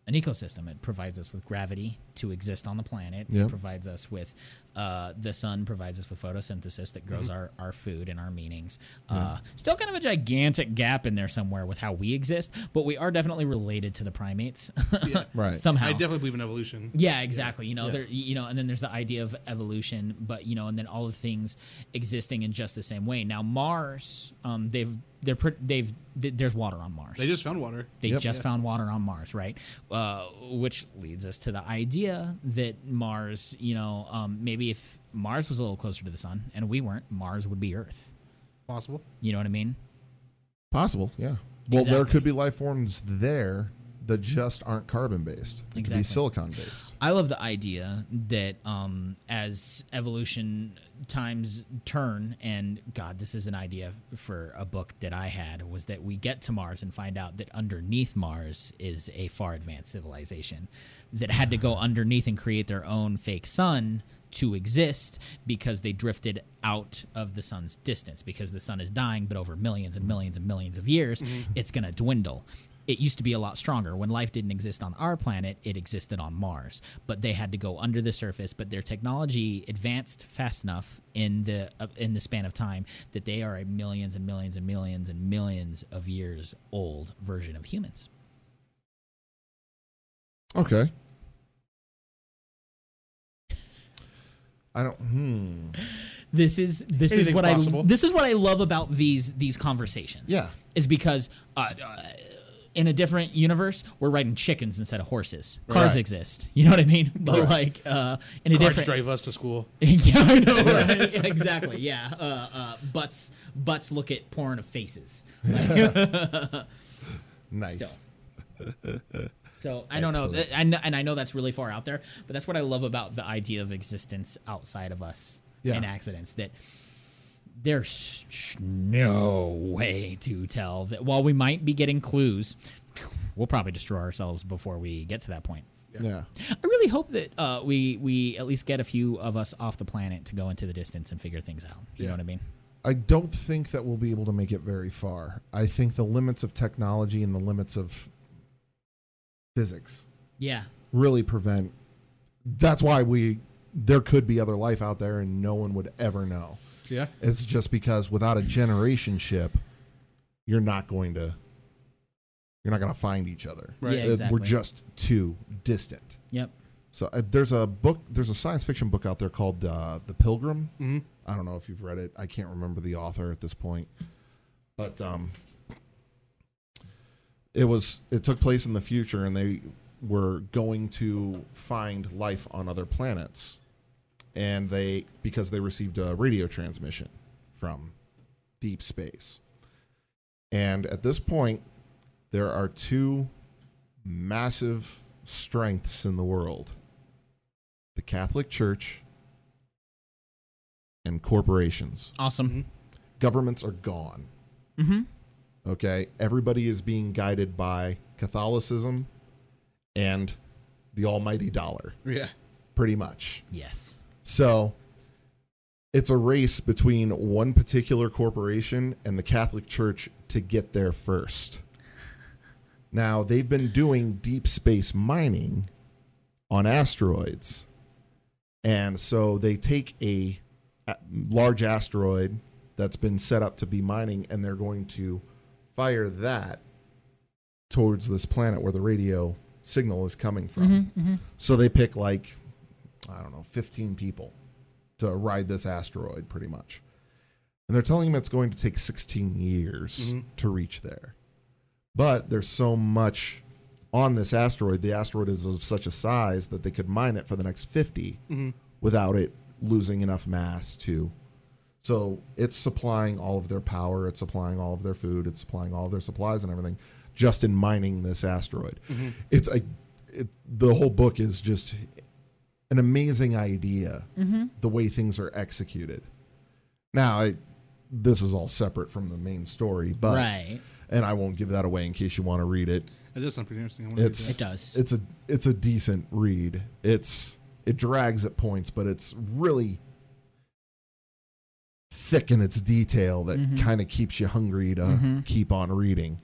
S2: an ecosystem. It provides us with gravity to exist on the planet.
S1: Yep.
S2: It provides us with uh, the sun provides us with photosynthesis that grows our, our food and our meanings. Uh, still kind of a gigantic gap in there somewhere with how we exist, but we are definitely related to the primates <laughs>
S1: Right.
S2: somehow.
S3: I definitely believe in evolution.
S2: Yeah, exactly. You know, there, you know, and then there's the idea of evolution, but you know, and then all the things existing in just the same way. Now Mars, um, they've they're pre- they've th- there's water on Mars.
S3: They just found water.
S2: They just found water on Mars, right? Uh, which leads us to the idea that Mars, you know, um, maybe if Mars was a little closer to the sun and we weren't, Mars would be Earth.
S3: Possible.
S2: You know what I mean?
S1: Possible, yeah. Well, there
S2: Exactly.
S1: could be life forms there that just aren't carbon based. It could be
S2: Exactly.
S1: silicon based.
S2: I love the idea that um, as evolution times turn, and God, this is an idea for a book that I had was that we get to Mars and find out that underneath Mars is a far advanced civilization that had to go underneath and create their own fake sun to exist because they drifted out of the sun's distance because the sun is dying, but over millions and millions and millions of years, it's going to dwindle it used to be a lot stronger. When life didn't exist on our planet, it existed on Mars. But they had to go under the surface. But their technology advanced fast enough in the uh, in the span of time that they are a millions and millions and millions and millions of years old version of humans.
S1: Okay. I don't. Hmm.
S2: This is this
S3: Anything
S2: is what
S3: possible.
S2: I this is what I love about these these conversations.
S1: Yeah.
S2: is because uh, uh, in a different universe, we're riding chickens instead of horses. Cars
S1: Right.
S2: exist. You know what I mean? <laughs> But
S1: Right.
S2: like uh, in a
S3: Cars
S2: different
S3: drive us to school.
S2: <laughs> yeah, I know, right? <laughs> exactly. Yeah, uh, uh, butts butts look at porn of faces.
S1: Nice.
S2: Still. So I don't know, Th- I know, and I know that's really far out there, but that's what I love about the idea of existence outside of us
S1: Yeah.
S2: and accidents. That there's sh- no way to tell that. While we might be getting clues, we'll probably destroy ourselves before we get to that point.
S1: Yeah.
S2: I really hope that uh, we we at least get a few of us off the planet to go into the distance and figure things out. You know what I mean?
S1: I don't think that we'll be able to make it very far. I think the limits of technology and the limits of physics
S2: Yeah.
S1: really prevent. That's why we there could be other life out there, and no one would ever know.
S3: Yeah.
S1: It's just because without a generation ship, you're not going to you're not going to find each other.
S2: Right. Yeah,
S1: Uh,
S2: exactly.
S1: We're just too distant.
S2: Yep.
S1: So uh, there's a book, there's a science fiction book out there called uh, The Pilgrim.
S3: Mhm.
S1: I don't know if you've read it. I can't remember the author at this point, but um, it was it took place in the future, and they were going to find life on other planets, and they because they received a radio transmission from deep space, and at this point, there are two massive strengths in the world the Catholic Church and corporations.
S3: Mm-hmm.
S2: Awesome.
S1: Governments are gone.
S2: Mhm.
S1: Okay. Everybody is being guided by Catholicism and the almighty dollar,
S3: Yeah.
S1: pretty much.
S2: Yes.
S1: So it's a race between one particular corporation and the Catholic Church to get there first. Now, they've been doing deep space mining on asteroids. And so they take a a- large asteroid that's been set up to be mining and they're going to fire that towards this planet where the radio signal is coming from. So they pick like I don't know, 15 people to ride this asteroid pretty much. And they're telling him it's going to take 16 years to reach there. But there's so much on this asteroid. The asteroid is of such a size that they could mine it for the next 50 without it losing enough mass to. So it's supplying all of their power, it's supplying all of their food, it's supplying all of their supplies and everything just in mining this asteroid. It's a it, the whole book is just an amazing idea
S2: Mm-hmm.
S1: the way things are executed now I, this is all separate from the main story but
S2: right.
S1: and i won't give that away in case you want to read it
S3: That does sound pretty interesting. I wanna read
S1: it's
S2: It does.
S1: it's a it's a decent read it's it drags at points but it's really thick in its detail that
S2: Mm-hmm.
S1: kind of keeps you hungry to keep on reading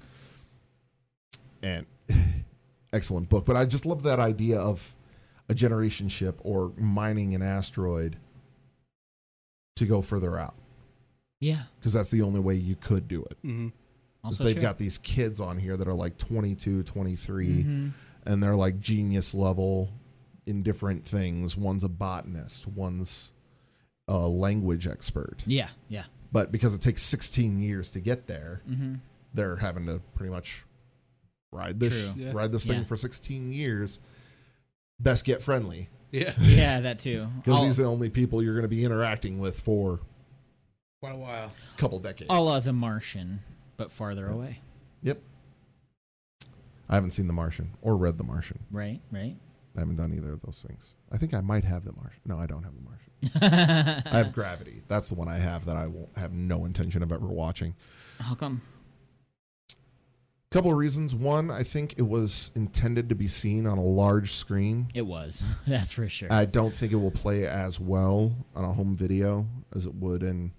S1: and <sighs> excellent book but i just love that idea of a generation ship or mining an asteroid to go further out
S2: Yeah.
S1: because that's the only way you could do it
S3: Mm-hmm.
S1: because
S2: Also
S1: they've
S2: true.
S1: got these kids on here that are like 22 23
S2: Mm-hmm.
S1: and they're like genius level in different things one's a botanist one's a language expert
S2: yeah. Yeah.
S1: but because it takes 16 years to get there
S3: Mm-hmm.
S1: they're having to pretty much ride this
S3: True. Yeah.
S1: ride this thing
S2: Yeah.
S1: for 16 years best get friendly
S2: <laughs>
S3: Yeah.
S2: Yeah. That too.
S1: because
S2: All-
S1: these are the only people you're going to be interacting with for
S3: Quite a while.
S1: a
S2: uh
S1: couple decades
S2: all of the Martian, but farther away.
S1: yep i I haven't seen The Martian or read The Martian.
S2: Right,
S3: <laughs>
S2: right.
S1: I haven't done either of those things. I think I might have The Martian. No, I don't have The Martian. I have Gravity. That's the one I have that I will have no intention of ever watching.
S2: How come?
S1: Couple of reasons. One, I think it was intended to be seen on a large screen.
S2: It was. <laughs> That's for sure.
S1: I don't think it will play as well on a home video as it would in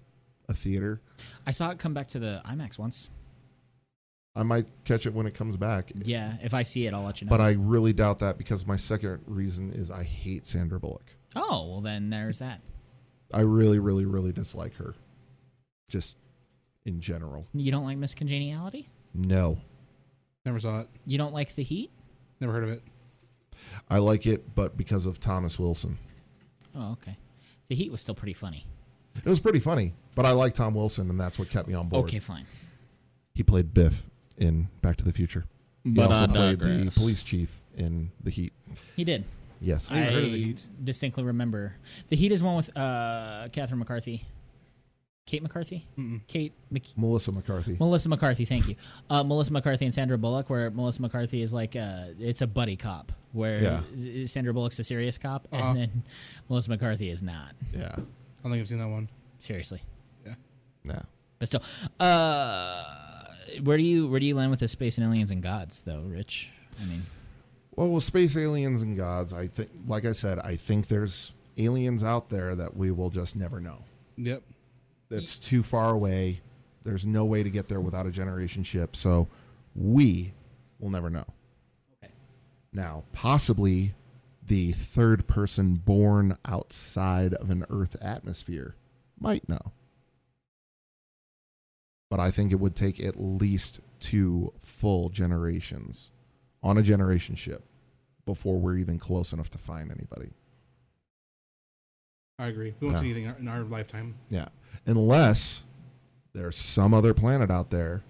S1: a theater.
S2: I saw it come back to the IMAX once.
S1: I might catch it when it comes back.
S2: Yeah, if I see it, I'll let you know.
S1: But uh, I really doubt that because my second reason is I hate Sandra Bullock.
S2: oh, well, then there's that.
S1: I really, really, really dislike her. Just in general.
S2: You don't like Miss Congeniality?
S1: No.
S3: Never saw it.
S2: You don't like The Heat?
S3: Never heard of it.
S1: I like it, but because of Thomas Wilson.
S2: Oh, okay. The Heat was still pretty funny.
S1: It was pretty funny, but I like Tom Wilson, and that's what kept me on board.
S2: Okay, fine.
S1: He played Biff in Back to the Future. He
S2: But
S1: also
S2: I
S1: played the
S2: digress.
S1: police chief in The Heat.
S2: He did.
S1: Yes.
S3: I never heard of The
S2: I
S3: Heat.
S2: distinctly remember. The Heat is one with uh, Catherine McCarthy. Kate McCarthy? Kate Mc-
S1: Melissa McCarthy.
S2: Melissa McCarthy, thank you. Uh, Melissa McCarthy and Sandra Bullock, where Melissa McCarthy is like, uh, it's a buddy cop, where
S1: Yeah.
S2: Sandra Bullock's a serious cop,
S3: Uh-huh.
S2: and then Melissa McCarthy is not.
S1: Yeah.
S3: I don't think I've seen that one.
S2: Seriously,
S1: Nah.
S2: but still, uh, where do you where do you land with the space and aliens and gods, though, Rich? I mean,
S1: Well, with space aliens and gods, I think, like I said, I think there's aliens out there that we will just never know.
S3: Yep.
S1: That's too far away. There's no way to get there without a generation ship, so we will never know. Now, possibly the third person born outside of an Earth atmosphere might know. But I think it would take at least two full generations on a generation ship before we're even close enough to find anybody.
S3: I agree. We won't
S1: Yeah.
S3: see anything in our- in our lifetime.
S1: Yeah. Unless there's some other planet out there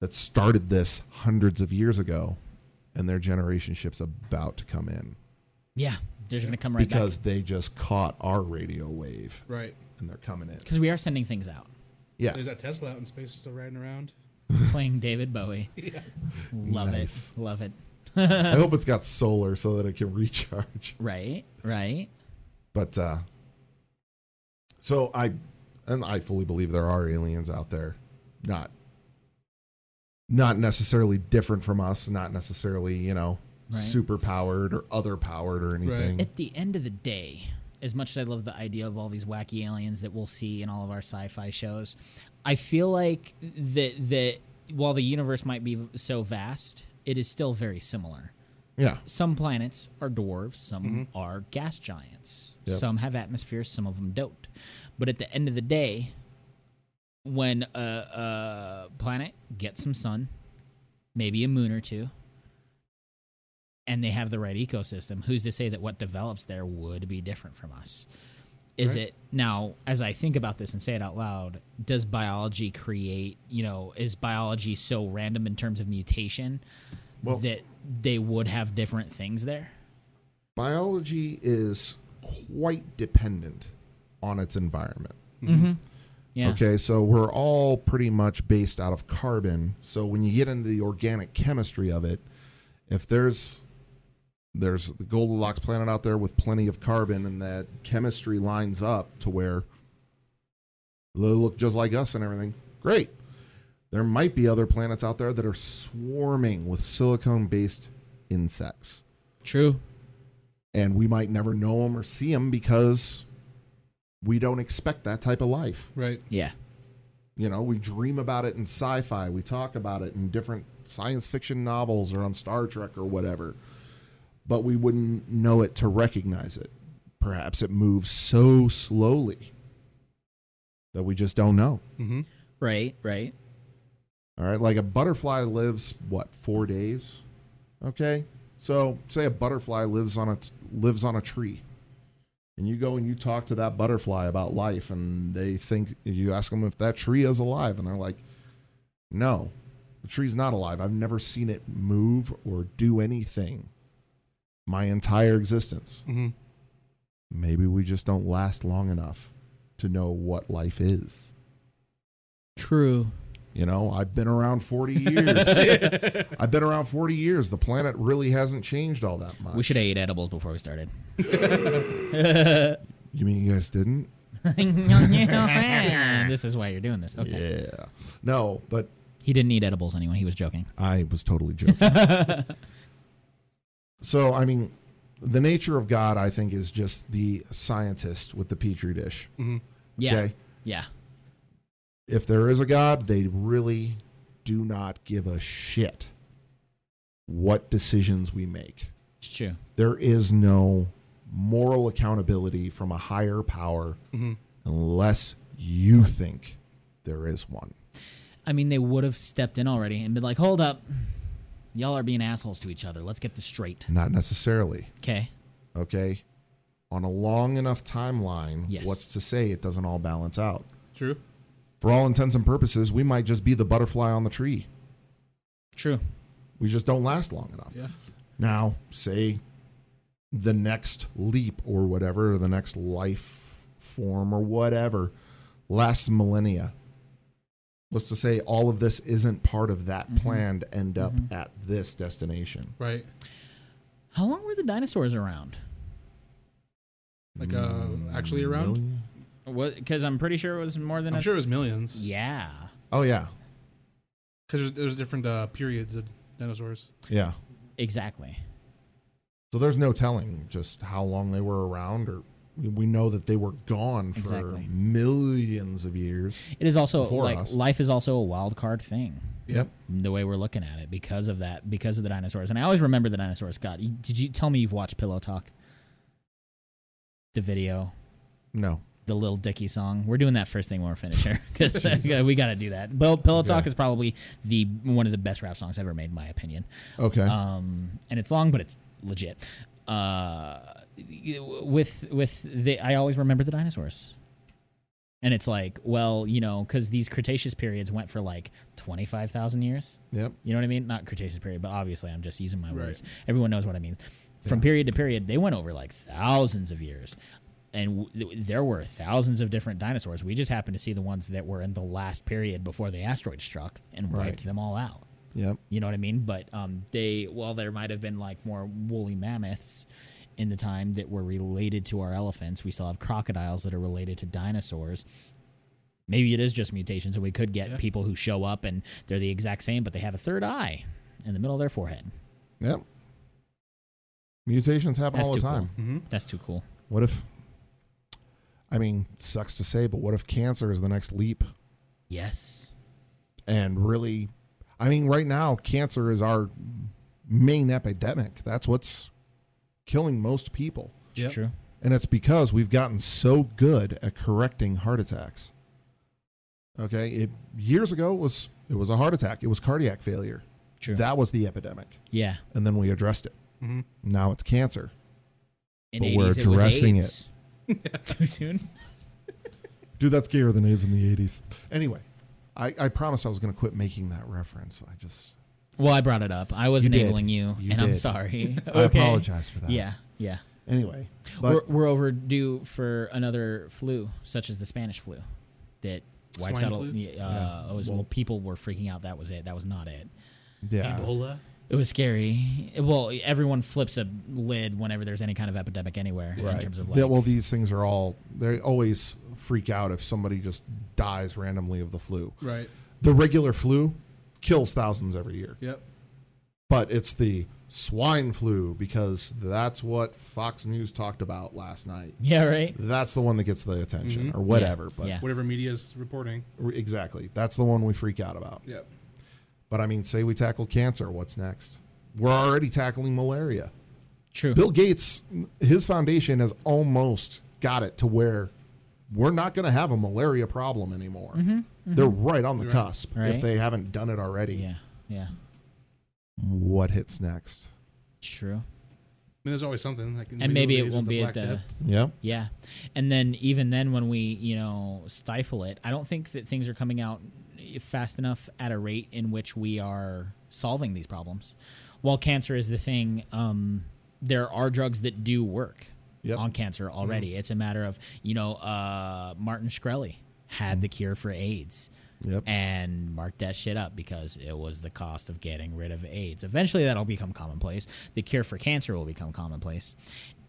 S1: that started this hundreds of years ago and their generation ship's about to come in
S2: yeah, they're going to come right
S1: because they just caught our radio wave
S3: Right.
S1: and they're coming in.
S2: because we are sending things out.
S1: Yeah.
S3: There's that Tesla out in space still riding around.
S2: Playing
S1: <laughs>
S2: David Bowie, love
S1: Nice.
S2: it, love it.
S1: I hope it's got solar so that it can <laughs> recharge.
S2: <laughs> Right, right.
S1: But uh so I and I fully believe there are aliens out there. Not not necessarily different from us, not necessarily, you know,
S2: Right.
S1: super powered or other powered or anything.
S2: At the end of the day, as much as I love the idea of all these wacky aliens that we'll see in all of our sci-fi shows, I feel like that that while the universe might be so vast, it is still very similar.
S1: yeah. Mm-hmm.
S2: Some planets are dwarves, some are gas giants.
S1: Yep.
S2: Some have atmospheres, some of them don't. But at the end of the day, when a, a planet gets some sun, maybe a moon or two, and they have the right ecosystem, who's to say that what develops there would be different from us? Is
S3: Right.
S2: it now, as I think about this and say it out loud, does biology create, you know, is biology so random in terms of mutation
S1: Well-
S2: that they would have different things there?
S1: Biology is quite dependent on its environment.
S2: Yeah.
S1: Okay, so we're all pretty much based out of carbon. So when you get into the organic chemistry of it, if there's there's the Goldilocks planet out there with plenty of carbon, and that chemistry lines up to where they look just like us and everything. Great. There might be other planets out there that are swarming with silicone-based insects,
S2: True.
S1: and we might never know them or see them because we don't expect that type of life.
S3: Right.
S2: Yeah.
S1: You know, we dream about it in sci fi, we talk about it in different science fiction novels or on Star Trek or whatever, but we wouldn't know it to recognize it. Perhaps it moves so slowly that we just don't know.
S3: Mm-hmm.
S2: Right, right.
S1: All right, like a butterfly lives what four days? Okay, so say a butterfly lives on a t- lives on a tree, and you go and you talk to that butterfly about life, and they think you ask them if that tree is alive, and they're like, "No, the tree's not alive. I've never seen it move or do anything my entire existence.
S3: Mm-hmm.
S1: Maybe we just don't last long enough to know what life is."
S2: True.
S1: You know, I've been around 40
S2: <laughs>
S1: years. I've been around 40 years. The planet really hasn't changed all that much.
S2: We should have ate edibles before we <laughs> started.
S1: you mean you guys didn't?
S2: this is why you're doing this. Okay.
S1: Yeah. No, but
S2: He didn't eat edibles anyway. He was joking.
S1: I was totally joking.
S2: <laughs>
S1: so, I mean, the nature of God, I think, is just the scientist with the petri dish.
S2: Yeah.
S1: Okay.
S2: Yeah.
S1: If there is a God, they really do not give a shit what decisions we make.
S2: It's true.
S1: There is no moral accountability from a higher power unless you think there is one.
S2: I mean, they would have stepped in already and been like, hold up. Y'all are being assholes to each other. Let's get this straight.
S1: Not necessarily.
S2: Okay.
S1: okay on a long enough timeline
S2: Yes.
S1: what's to say it doesn't all balance out
S3: True.
S1: for all intents and purposes we might just be the butterfly on the tree
S2: True.
S1: we just don't last long enough
S3: Yeah.
S1: now say the next leap or whatever or the next life form or whatever lasts millennia what's to say all of this isn't part of that
S3: Mm-hmm.
S1: plan to end up at this destination
S3: Right.
S2: How long were the dinosaurs around?
S3: Like uh,
S1: Mm-hmm.
S3: actually around.
S1: Million?
S2: Because I'm pretty sure it was more than
S3: I'm
S2: a-
S3: sure it was millions.
S2: Yeah.
S1: oh yeah
S3: Because there's, there's different uh, periods of dinosaurs.
S1: yeah
S2: Exactly.
S1: So there's no telling just how long they were around, or we know that they were gone for
S2: Exactly.
S1: millions of years.
S2: It is also
S1: Before
S2: like
S1: us.
S2: life is also a wild card thing.
S1: Yep.
S2: The way we're looking at it because of that, because of the dinosaurs, and I always remember the dinosaurs. God, you- did you tell me you've watched Pillow Talk? The video,
S1: No.
S2: the Little Dicky song. We're doing that first thing when we're finished here <laughs>
S1: <laughs>
S2: because we got to do that. But Pillow Talk
S1: Okay.
S2: is probably the one of the best rap songs ever made, in my opinion.
S1: Okay.
S3: Uh,
S2: um, and it's long, but it's legit. Uh, with with the, I always remember the dinosaurs, and it's like, well, you know, because these Cretaceous periods went for like twenty five thousand years.
S1: yep.
S2: You know what I mean? Not Cretaceous period, but obviously, I'm just using my
S3: Right.
S2: words. Everyone knows what I mean. From period to period, they went over like thousands of years. And w- th- there were thousands of different dinosaurs. We just happened to see the ones that were in the last period before the asteroid struck and wiped
S1: Right.
S2: them all out.
S1: Yep.
S2: You know what I mean? But um, they, while there might have been like more woolly mammoths in the time that were related to our elephants, we still have crocodiles that are related to dinosaurs. Maybe it is just mutations, and we could get
S3: Yeah.
S2: people who show up and they're the exact same, but they have a third eye in the middle of their forehead.
S1: Yep. Mutations happen
S2: That's
S1: all the
S2: too cool.
S1: time.
S3: Mm-hmm.
S2: That's too cool.
S1: What if? I mean, sucks to say, but what if cancer is the next leap?
S2: Yes.
S1: And really, I mean, right now, cancer is our main epidemic. That's what's killing most people.
S2: It's
S3: Yep.
S2: true.
S1: And it's because we've gotten so good at correcting heart attacks. Okay, it, years ago it was it was a heart attack, it was cardiac failure.
S2: True.
S1: That was the epidemic,
S2: yeah.
S1: and then we addressed it.
S3: Mm-hmm.
S1: Now it's cancer.
S2: In
S1: But we're
S2: 80s,
S1: addressing
S2: it. Was AIDS. <laughs> too soon?
S1: Dude, that's gayer than AIDS in the eighties. Anyway, I, I promised I was going to quit making that reference. I just
S2: Well, I brought it up. I was
S1: You did.
S2: enabling you,
S1: You
S2: and I'm
S1: did.
S2: sorry.
S1: I
S2: <laughs> Okay.
S1: apologize for that.
S2: Yeah. Yeah.
S1: Anyway, but
S2: we're, we're overdue for another flu, such as the Spanish flu, that wipes
S3: Swine
S2: out.
S3: flu?
S2: Flu? Uh, it was, well, people were freaking out. That was it. That was not it.
S1: yeah,
S3: Ebola.
S2: It was scary. Well, everyone flips a lid whenever there's any kind of epidemic anywhere in
S1: right.
S2: terms of like.
S1: Yeah, well, these things are all they always freak out if somebody just dies randomly of the flu.
S3: Right.
S1: The regular flu kills thousands every year.
S3: Yep.
S1: but it's the swine flu because that's what Fox News talked about last night.
S2: <laughs> yeah, right.
S1: That's the one that gets the attention or whatever. But
S2: Mm-hmm. yeah.
S3: Whatever media's reporting.
S1: re- exactly, that's the one we freak out about.
S3: Yep.
S1: But I mean, say we tackle cancer, what's next? We're already tackling malaria.
S2: True.
S1: Bill Gates, his foundation has almost got it to where we're not going to have a malaria problem anymore. They're right on the cusp if
S2: Mm-hmm, Right.
S1: they haven't done it already.
S2: Yeah. Yeah.
S1: What hits next?
S2: It's true.
S3: I mean, there's always something. Like in
S2: And maybe it
S3: medieval days was
S2: won't be
S3: Black
S2: at the-
S3: Death.
S1: Yeah.
S2: Yeah. And then even then when we, you know, stifle it, I don't think that things are coming out fast enough at a rate in which we are solving these problems. While cancer is the thing, um, there are drugs that do work
S1: Yep.
S2: on cancer already. It's a matter of, you know, uh, Martin Shkreli had the cure for AIDS.
S1: Yep.
S2: and marked that shit up because it was the cost of getting rid of AIDS. Eventually, that'll become commonplace. The cure for cancer will become commonplace.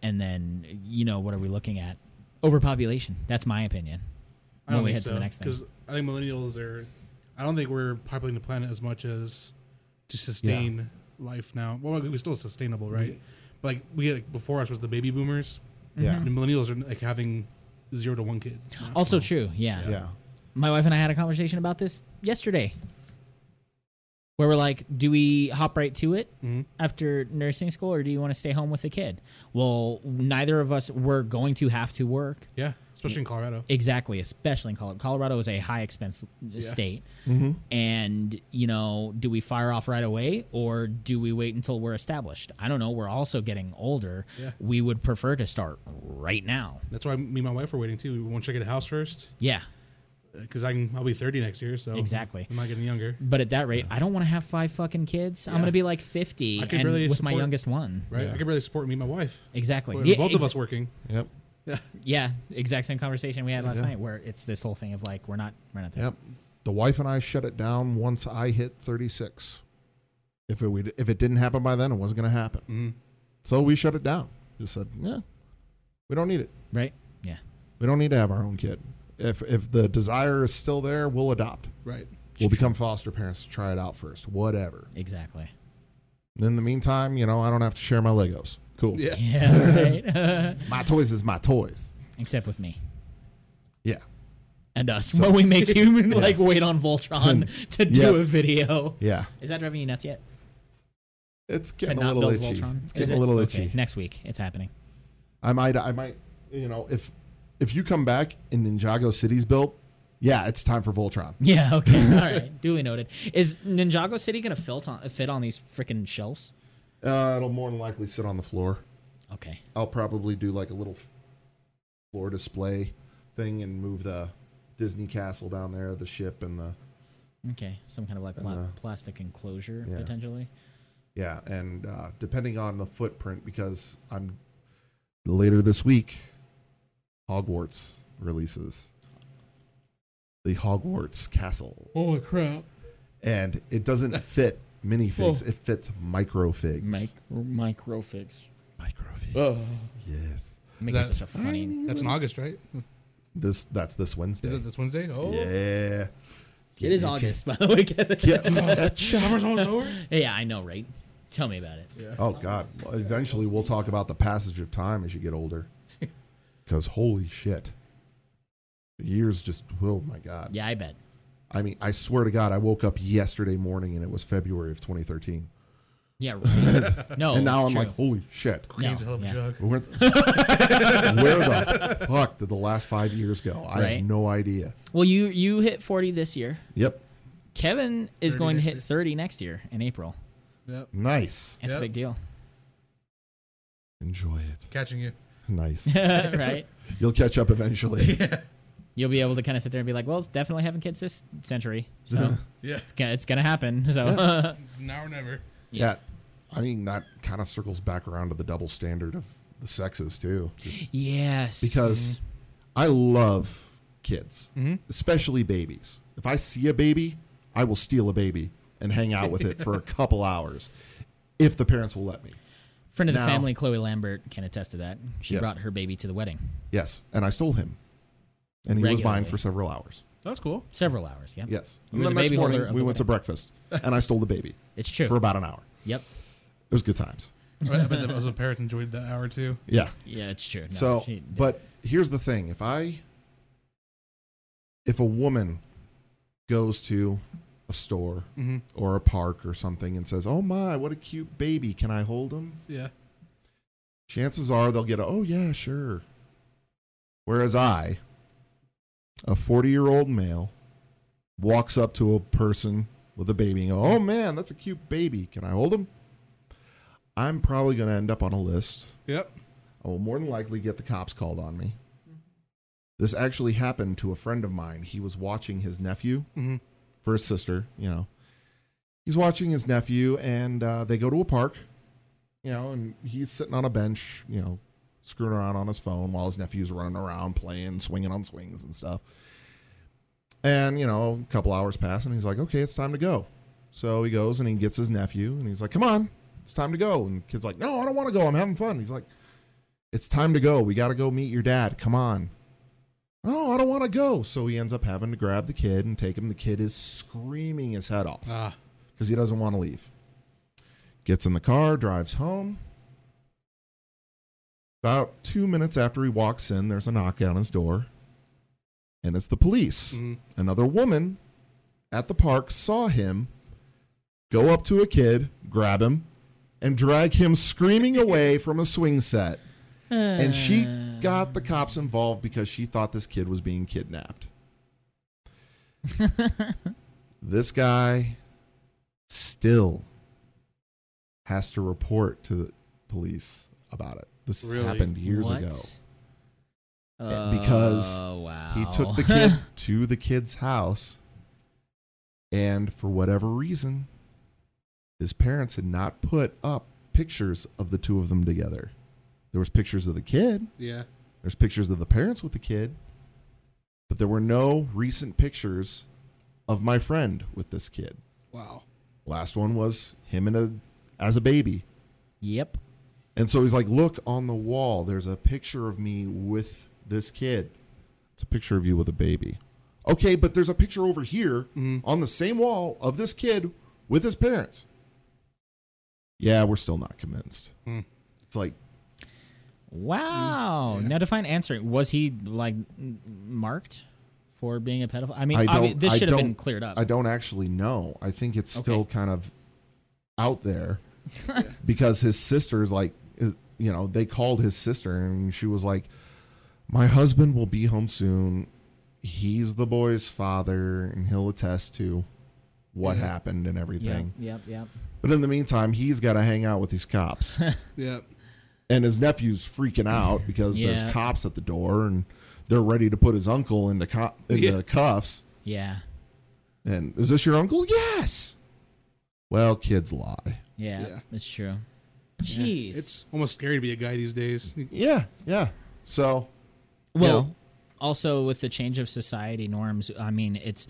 S2: And then, you know, what are we looking at? Overpopulation. That's my opinion.
S3: I don't
S2: When we
S3: think
S2: head to
S3: so.
S2: the next thing.
S3: Because I think millennials are. I don't think we're populating the planet as much as to sustain life now. Well, we're still sustainable, right? But like we like before us was the baby boomers.
S1: Mm-hmm. Yeah.
S3: And millennials are like having zero to one kids. now.
S2: Also
S1: Mm-hmm.
S2: true, yeah.
S1: Yeah.
S2: My wife and I had a conversation about this yesterday, where we're like, "Do we hop right to it
S3: Mm-hmm.
S2: after nursing school, or do you want to stay home with the kid?" Well, neither of us were going to have to work
S3: Yeah, especially in Colorado.
S2: exactly, especially in Colorado. Colorado is a high expense state,
S3: Mm-hmm.
S2: and you know, do we fire off right away, or do we wait until we're established? I don't know. We're also getting older.
S3: Yeah.
S2: We would prefer to start right now.
S3: That's why me and my wife are waiting too. We want to check out a house first
S2: Yeah.
S3: because I can. I'll be thirty next year, so
S2: Exactly.
S3: I'm not getting younger.
S2: But at that rate, I don't want to have five fucking kids. I'm gonna be like 50
S3: I
S2: and
S3: could really
S2: with my
S3: support-
S2: youngest one.
S3: Right?
S1: Yeah.
S3: I can barely support me and my wife.
S2: Exactly.
S3: We're
S2: Yeah,
S3: both of
S2: ex-
S3: us working.
S1: Yep.
S2: Yeah, exact same conversation we had last
S1: Yeah.
S2: night, where it's this whole thing of like we're not we're not there.
S1: Yep. The wife and I shut it down once I hit 36. If it would, if it didn't happen by then, it wasn't going to happen.
S2: Mm-hmm.
S3: Mhm.
S1: So we shut it down. Just said, yeah, we don't need it.
S2: Right? Yeah.
S1: We don't need to have our own kid. If if the desire is still there, we'll adopt.
S3: Right.
S1: We'll become foster parents to try it out first. Whatever.
S2: Exactly.
S1: And in the meantime, you know, I don't have to share my Legos. Cool.
S3: <laughs> Yeah.
S2: Yeah. Right.
S1: My toys is my toys.
S2: <laughs> Except with me
S1: Yeah.
S2: and us, when we
S1: <laughs>
S2: make human like wait on Voltron <laughs> to do
S1: Hmm. Yep.
S2: a video.
S1: Yeah.
S2: Is that driving you nuts yet?
S1: It's
S2: To
S1: getting a
S2: not
S1: little
S2: build
S1: itchy.
S2: Voltron?
S1: It's
S2: Is
S1: getting
S2: it?
S1: a little
S2: Okay,
S1: itchy.
S2: Next week, it's <laughs> happening.
S1: I might, I might, you know, if if you come back and Ninjago City's built, yeah, it's time for Voltron.
S2: Yeah.
S1: <laughs>
S2: Okay. All right. Duly noted. Is Ninjago City gonna fit on fit on these freaking shelves?
S1: Uh, it'll more than likely sit on the floor.
S2: Okay.
S1: I'll probably do like a little floor display thing and move the Disney castle down there, the ship and the
S2: Okay, some kind of like pla- plastic enclosure
S1: Uh-huh. yeah.
S2: potentially.
S1: yeah, and uh, depending on the footprint because I'm later this week, Hogwarts releases the Hogwarts castle.
S3: Holy crap!
S1: and it doesn't fit minifigs. It fits microfigs.
S2: microfix.
S1: microfigs. Yes.
S2: Make
S3: Is
S2: it
S3: that-
S2: such a funny.
S3: That's in August, right?
S1: This that's this Wednesday.
S3: Is it this Wednesday? Oh,
S1: yeah.
S2: It is August, by the way. <laughs>
S1: Yeah. That shit-
S3: summer's almost over.
S2: yeah, I know, right? Tell me about it.
S1: oh God. Well, Eventually, we'll talk about the passage of time as you get older. Because holy shit, years just. Oh my God.
S2: Yeah, I bet.
S1: I mean, I swear to God, I woke up yesterday morning and it was February of 2013, <laughs>
S2: Yeah, right. no.
S1: and now I'm
S2: it's Oh, true.
S1: like, holy shit.
S3: Cocaine's
S2: No,
S3: a hell of a
S2: yeah.
S3: drug.
S1: Where, where the fuck did the last five years go? I
S2: Right.
S1: have no idea.
S2: well, you you hit forty this year.
S1: Yep.
S2: Kevin is
S3: 30
S2: going to
S3: next
S2: hit
S3: year.
S2: thirty next year in April.
S3: Yep.
S1: Nice.
S2: That's
S3: Yep.
S2: a big
S1: <laughs>
S2: deal,
S1: Enjoy it.
S3: Catching you.
S1: Nice.
S2: right?
S1: You'll catch up eventually.
S2: You'll be able to kind of sit there and be like, "Well, it's definitely having kids this century, so
S1: <laughs>
S3: Yeah. <laughs>
S2: it's gonna, it's gonna happen." <laughs> So
S3: Now or never.
S1: Yeah. I mean, that kind of circles back around to the double standard of the sexes, too. Just
S2: <laughs> yes,
S1: because I love kids,
S2: Mm-hmm.
S1: especially babies. If I see a baby, I will steal a baby and hang out with it for
S2: <laughs>
S1: a couple hours if the parents will let me.
S2: Friend of the
S1: Now-
S2: family, Chloe Lambert, can attest to that. She
S1: Yes.
S2: brought her baby to the wedding.
S1: Yes. And I stole him. And he was mine
S2: Regularly.
S1: for several hours.
S3: That's cool.
S2: Several hours, yeah.
S1: Yes.
S2: You
S1: And
S2: were
S1: the
S2: the
S1: next
S2: baby holder
S1: morning,
S2: of
S1: we
S2: the
S1: went to breakfast and I stole the
S2: <laughs>
S1: baby
S2: It's true.
S1: for about an hour.
S2: yep.
S1: It was good times.
S3: I bet the also parents enjoyed that hour too.
S1: Yeah.
S2: Yeah, it's true. No,
S1: so
S2: she did.
S1: but here's the thing if i if a woman goes to a store
S3: Mm-hmm.
S1: or a park or something and says oh my what a cute baby can i hold him
S3: Yeah.
S1: chances are they'll get a oh yeah sure whereas i a 40 year old male walks up to a person with a baby and go oh man that's a cute baby can i hold him i'm probably going to end up on a list
S3: Yep.
S1: I will more than likely get the cops called on me. This actually happened to a friend of mine. He was watching his nephew
S3: Mhm.
S1: for his sister, you know. He's watching his nephew, and uh, they go to a park, you know, and he's sitting on a bench, you know, screwing around on his phone while his nephew's running around, playing, swinging on swings and stuff. And, you know, a couple hours pass and he's like, okay, it's time to go. So he goes and he gets his nephew and he's like, come on, it's time to go. And the kid's like, no, I don't want to go. I'm having fun. He's like, it's time to go. We got to go meet your dad. Come on. Oh, I don't want to go. So he ends up having to grab the kid and take him. The kid is screaming his head off
S3: Ah,
S1: because he doesn't want to leave. Gets in the car, drives home. About two minutes after he walks in, there's a knock on his door, and it's the police.
S3: mm,
S1: Another woman at the park saw him go up to a kid, grab him, and drag him screaming away from a swing set. And
S2: <laughs>
S1: she
S2: Uh.
S1: got the cops involved because she thought this kid was being kidnapped. this guy still has to report to the police about it. This
S3: Really?
S1: happened years
S2: what?
S1: ago. Because
S2: oh wow,
S1: He took the
S2: <laughs>
S1: kid to the kid's house, and for whatever reason, his parents had not put up pictures of the two of them together. There was pictures of the kid,
S3: yeah.
S1: there's pictures of the parents with the kid, but there were no recent pictures of my friend with this kid.
S3: Wow.
S1: Last one was him in a as a baby.
S2: yep.
S1: And so he's like, "Look on the wall. There's a picture of me with this kid. It's a picture of you with a baby. Okay, but there's a picture over here on the same wall of this kid with his parents. Yeah, we're still not convinced.
S3: Hmm.
S1: It's like,
S2: Wow.
S3: Yeah.
S2: Now define answer. Was he like m- marked for being a pedophile? I mean,
S1: I
S2: obvi-
S1: don't-
S2: this
S1: I
S2: should have been
S1: don't-
S2: cleared up.
S1: I don't actually know. I think it's still
S2: Okay.
S1: kind of out there <laughs> because his sister's like, is- you know, they called his sister and she was like, "My husband will be home soon. He's the boy's father, and he'll attest to what happened and
S2: yep,
S1: everything."
S2: yep, yep.
S1: But in the meantime, he's got to hang out with these
S2: <laughs>
S1: cops,
S3: Yeah.
S1: and his nephew's freaking out because
S2: Yeah.
S1: there's cops at the door, and they're ready to put his uncle into co- into
S3: Yeah.
S1: cuffs.
S2: Yeah,
S1: And is this your uncle? Yes. Well, kids lie.
S2: yeah,
S3: Yeah.
S2: it's true. Jeez.
S3: It's almost scary to be a guy these days.
S1: Yeah, yeah. So,
S2: well,
S1: know.
S2: also with the change of society norms, I mean, it's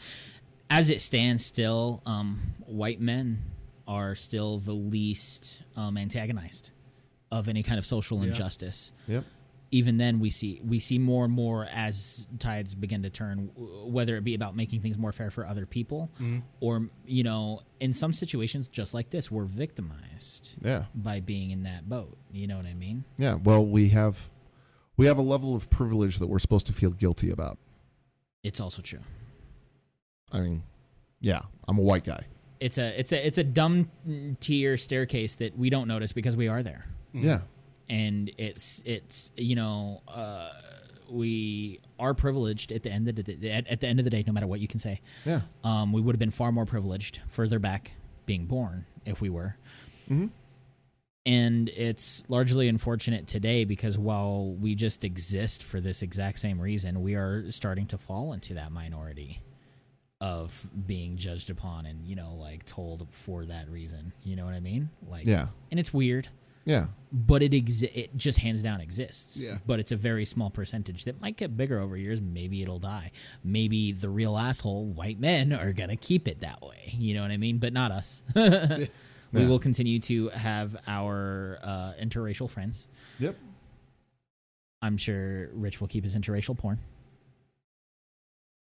S2: as it stands still, um, white men are still the least um, antagonized of any kind of social injustice.
S1: yep.
S2: even then we see we see more and more as tides begin to turn w- whether it be about making things more fair for other people or you know in some situations just like this we're victimized
S1: Yeah,
S2: by being in that boat you know what i mean
S1: yeah. Well, we have we have a level of privilege that we're supposed to feel guilty about.
S2: it's also true
S1: I mean, yeah, I'm a white guy.
S2: it's a it's a it's a dumb tier staircase that we don't notice because we are there
S1: Yeah,
S2: and it's it's you know uh we are privileged at the end of the day, at, at the end of the day no matter what you can say
S1: yeah,
S2: um, we would have been far more privileged further back being born if we were.
S1: Mhm.
S2: And it's largely unfortunate today because while we just exist for this exact same reason, we are starting to fall into that minority of being judged upon and, you know, like told for that reason. You know what I mean? Like,
S1: yeah,
S2: And it's weird,
S1: yeah,
S2: but it exi- it just hands down exists.
S3: Yeah.
S2: But it's a very small percentage that might get bigger over years. Maybe it'll die. Maybe the real asshole white men are gonna keep it that way. You know what I mean? But not us. <laughs> We
S1: Yeah.
S2: will continue to have our uh, interracial friends.
S1: yep.
S2: I'm sure Rich will keep his interracial porn.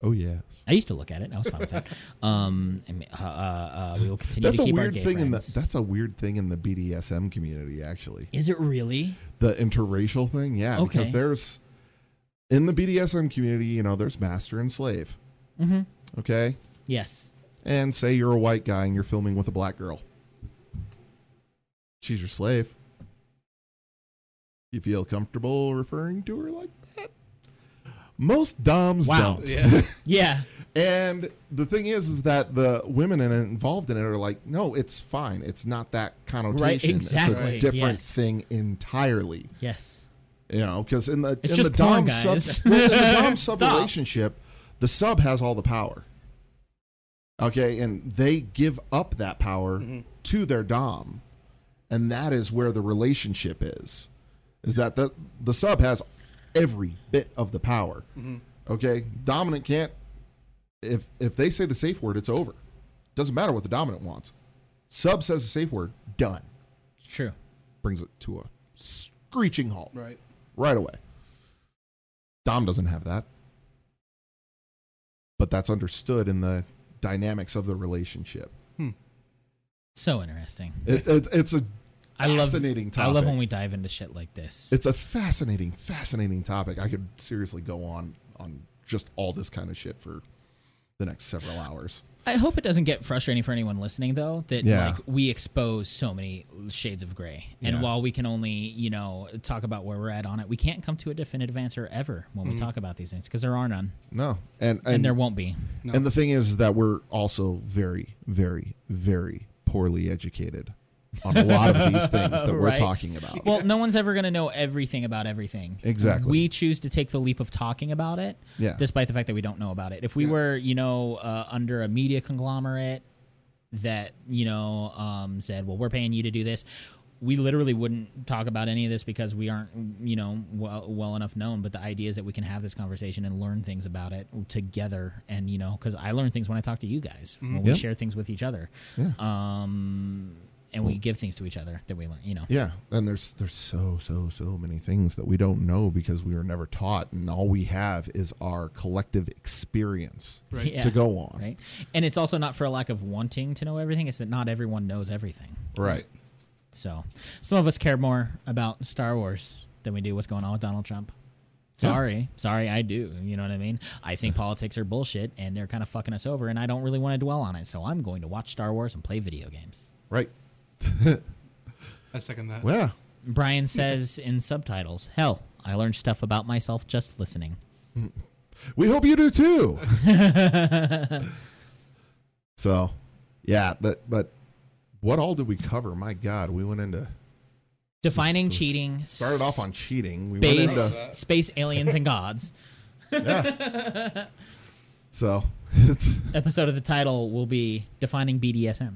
S1: Oh yes.
S2: I used to look at it. I was fine
S1: <laughs>
S2: with that. Um, and, uh, uh, uh, we will continue
S1: That's
S2: to
S1: a
S2: keep our
S1: weird
S2: gay
S1: thing in the
S2: friends.
S1: that's a weird thing in the BDSM community actually.
S2: Is it really?
S1: The interracial thing, yeah, because
S2: Okay.
S1: there's in the BDSM community, you know, there's master and slave.
S2: Mm-hmm.
S1: Okay,
S2: Yes.
S1: and say you're a white guy and you're filming with a black girl. She's your slave. You feel comfortable referring to her like that? Most doms
S2: Wow.
S1: don't.
S3: Yeah.
S2: Yeah.
S1: <laughs> And the thing is, is that the women in it, involved in it are like, no, it's fine. It's not that connotation. It's
S2: exactly.
S1: a different
S2: Yes.
S1: thing entirely.
S2: Yes.
S1: You know, because in the
S2: It's
S1: in
S2: just
S1: the
S2: porn,
S1: dom sub
S2: guys.
S1: <laughs> well, in the dom sub
S2: <laughs> Stop.
S1: relationship, the sub has all the power. Okay, and they give up that power
S2: Mm-hmm.
S1: to their dom, and that is where the relationship is. Is that the the
S2: Mm-hmm.
S1: sub has every bit of the power? Okay, dominant can't if if they say the safe word, it's over. Doesn't matter what the dominant wants. Sub says the safe word, done.
S2: It's true.
S1: Brings it to a screeching halt
S3: Right.
S1: right away. Dom doesn't have that. But that's understood in the dynamics of the relationship.
S2: So interesting.
S1: It, it, it's a
S2: I love.
S1: fascinating
S2: I
S1: topic.
S2: love when we dive into shit like this.
S1: It's a fascinating, fascinating topic. I could seriously go on on just all this kind of shit for the next several hours.
S2: I hope it doesn't get frustrating for anyone listening, though, that
S1: Yeah.
S2: like we expose so many shades of gray. And
S1: Yeah.
S2: while we can only, you know, talk about where we're at on it, we can't come to a definitive answer ever when we talk about these things because there are none,
S1: No, and
S2: and
S1: Mm-hmm. and,
S2: there won't be.
S1: and the thing is that we're also very, very, very poorly educated on a lot of these things that we're
S2: Right.
S1: talking about.
S2: Well, no one's ever going to know everything about everything.
S1: Exactly.
S2: We choose to take the leap of talking about it,
S1: Yeah.
S2: despite the fact that we don't know about it. If we were, you know, uh, under a media conglomerate that, you know, um, said, well, we're paying you to do this, we literally wouldn't talk about any of this because we aren't, you know, well, well enough known. But the idea is that we can have this conversation and learn things about it together. And, you know, because I learn things when I talk to you guys, when we
S1: Mm-hmm. Yeah.
S2: share things with each other.
S1: Yeah.
S2: Um, and we give things to each other that we learn, you know.
S1: Yeah, and there's there's so so so many things that we don't know because we were never taught, and all we have is our collective experience
S3: Right.
S2: Yeah.
S1: to go on.
S2: right? And it's also not for a lack of wanting to know everything; it's that not everyone knows everything.
S1: Right.
S2: So, some of us care more about Star Wars than we do what's going on with Donald Trump. Sorry, sorry, I do. You know what I mean? I think politics are bullshit, and they're kind of fucking us over, and I don't really want to dwell on it. So I'm going to watch Star Wars and play video games.
S1: Right.
S3: I second that.
S1: Well, yeah.
S2: Brian says in subtitles, "Hell, I learned stuff about myself just listening."
S1: We hope you do
S2: <laughs>
S1: too. so, yeah, but but what all did we cover? My God, we went into
S2: Defining
S1: This- this
S2: cheating.
S1: started off on cheating. We went
S2: space,
S1: into
S2: space aliens and gods. <laughs>
S1: so <laughs> it's
S2: episode of the title will be defining BDSM.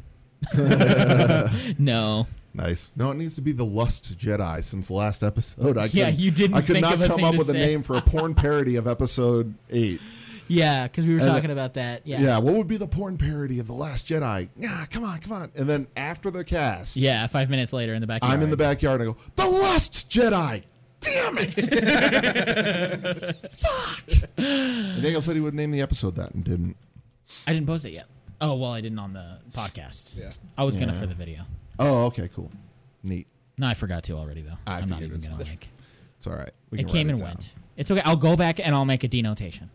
S2: <laughs> no,
S1: nice. No, it needs to be the Lust Jedi since last episode. I
S2: <laughs> Yeah,
S1: could,
S2: you didn't
S1: I could
S2: think
S1: not
S2: of a
S1: come
S2: thing
S1: up
S2: to
S1: with a
S2: say.
S1: name for a porn parody of episode eight.
S2: yeah, because we were
S1: And uh,
S2: talking about that. Yeah,
S1: Yeah. what would be the porn parody of The Last Jedi? Yeah, come on, come on. And then after the cast,
S2: Yeah, Five minutes later in the back.
S1: I'm in the backyard and I go, The Last Jedi! Damn it! Fuck!
S2: <laughs>
S1: And Daniel said he would name the episode that and didn't.
S2: I didn't post it yet. Oh well, I didn't on the podcast.
S3: Yeah.
S2: I was gonna
S1: Yeah.
S2: for the video.
S1: Oh, okay, cool. Neat.
S2: No, I forgot to already though.
S1: I
S2: am not
S1: figured
S2: even
S1: as
S2: gonna
S1: much.
S2: like.
S1: It's all right. We
S2: It
S1: can
S2: came
S1: write
S2: and
S1: down.
S2: went. It's okay. I'll go back and I'll make a denotation.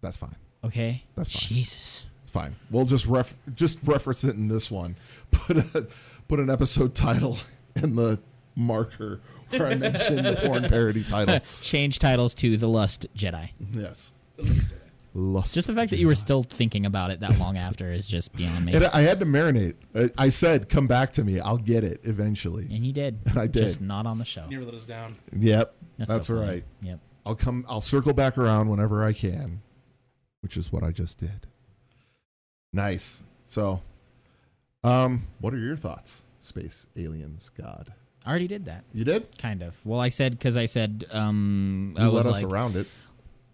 S1: That's fine.
S2: Okay.
S1: That's fine.
S2: Jesus.
S1: It's fine. We'll just ref- just reference it in this one. <laughs> Put a, put an episode title <laughs> and the marker where I mentioned the porn parody
S2: <laughs>
S1: title.
S2: Change titles to the Lust Jedi.
S1: Yes. Lust
S2: Just the fact that you were still thinking about it that long after is just beyond me.
S1: And I had to marinate. I, I said, "Come back to me. I'll get it eventually."
S2: and you did.
S1: <laughs> I did.
S2: Just not on the show.
S3: You never let us down.
S1: Yep, that's,
S2: That's, so funny.
S1: right.
S2: Yep.
S1: I'll come. I'll circle back around whenever I can, which is what I just did. Nice. So, um, what are your thoughts? Space aliens, God.
S2: I already did that.
S1: You did.
S2: Kind of. Well, I said because I said um, I
S1: You
S2: was
S1: led us
S2: like,
S1: around it.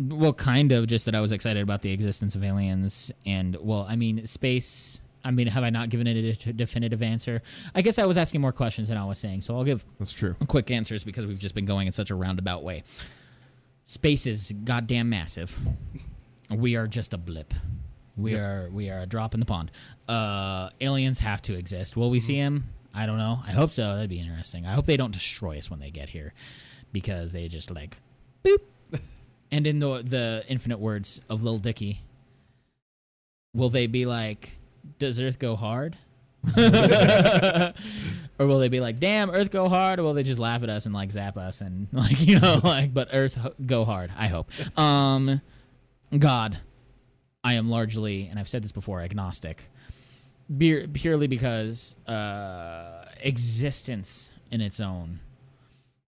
S2: well, kind of. Just that I was excited about the existence of aliens, and well, I mean, space. I mean, have I not given it a de- definitive answer? I guess I was asking more questions than I was saying, so I'll give
S1: That's true.
S2: quick answers because we've just been going in such a roundabout way. Space is goddamn massive. We are just a blip. We are we are a drop in the pond. Uh, aliens have to exist. Will we see them? I don't know. I hope so. That'd be interesting. I hope they don't destroy us when they get here, because they just like boop. and in the the infinite words of Lil Dicky, will they be like, "Does Earth go hard"? <laughs> or will they be like, "Damn, Earth go hard," or will they just laugh at us and like zap us and <laughs> like you know like, but Earth ho- go hard. I hope. Um, God, I am largely, and I've said this before, agnostic, Be- purely because uh, existence in its own,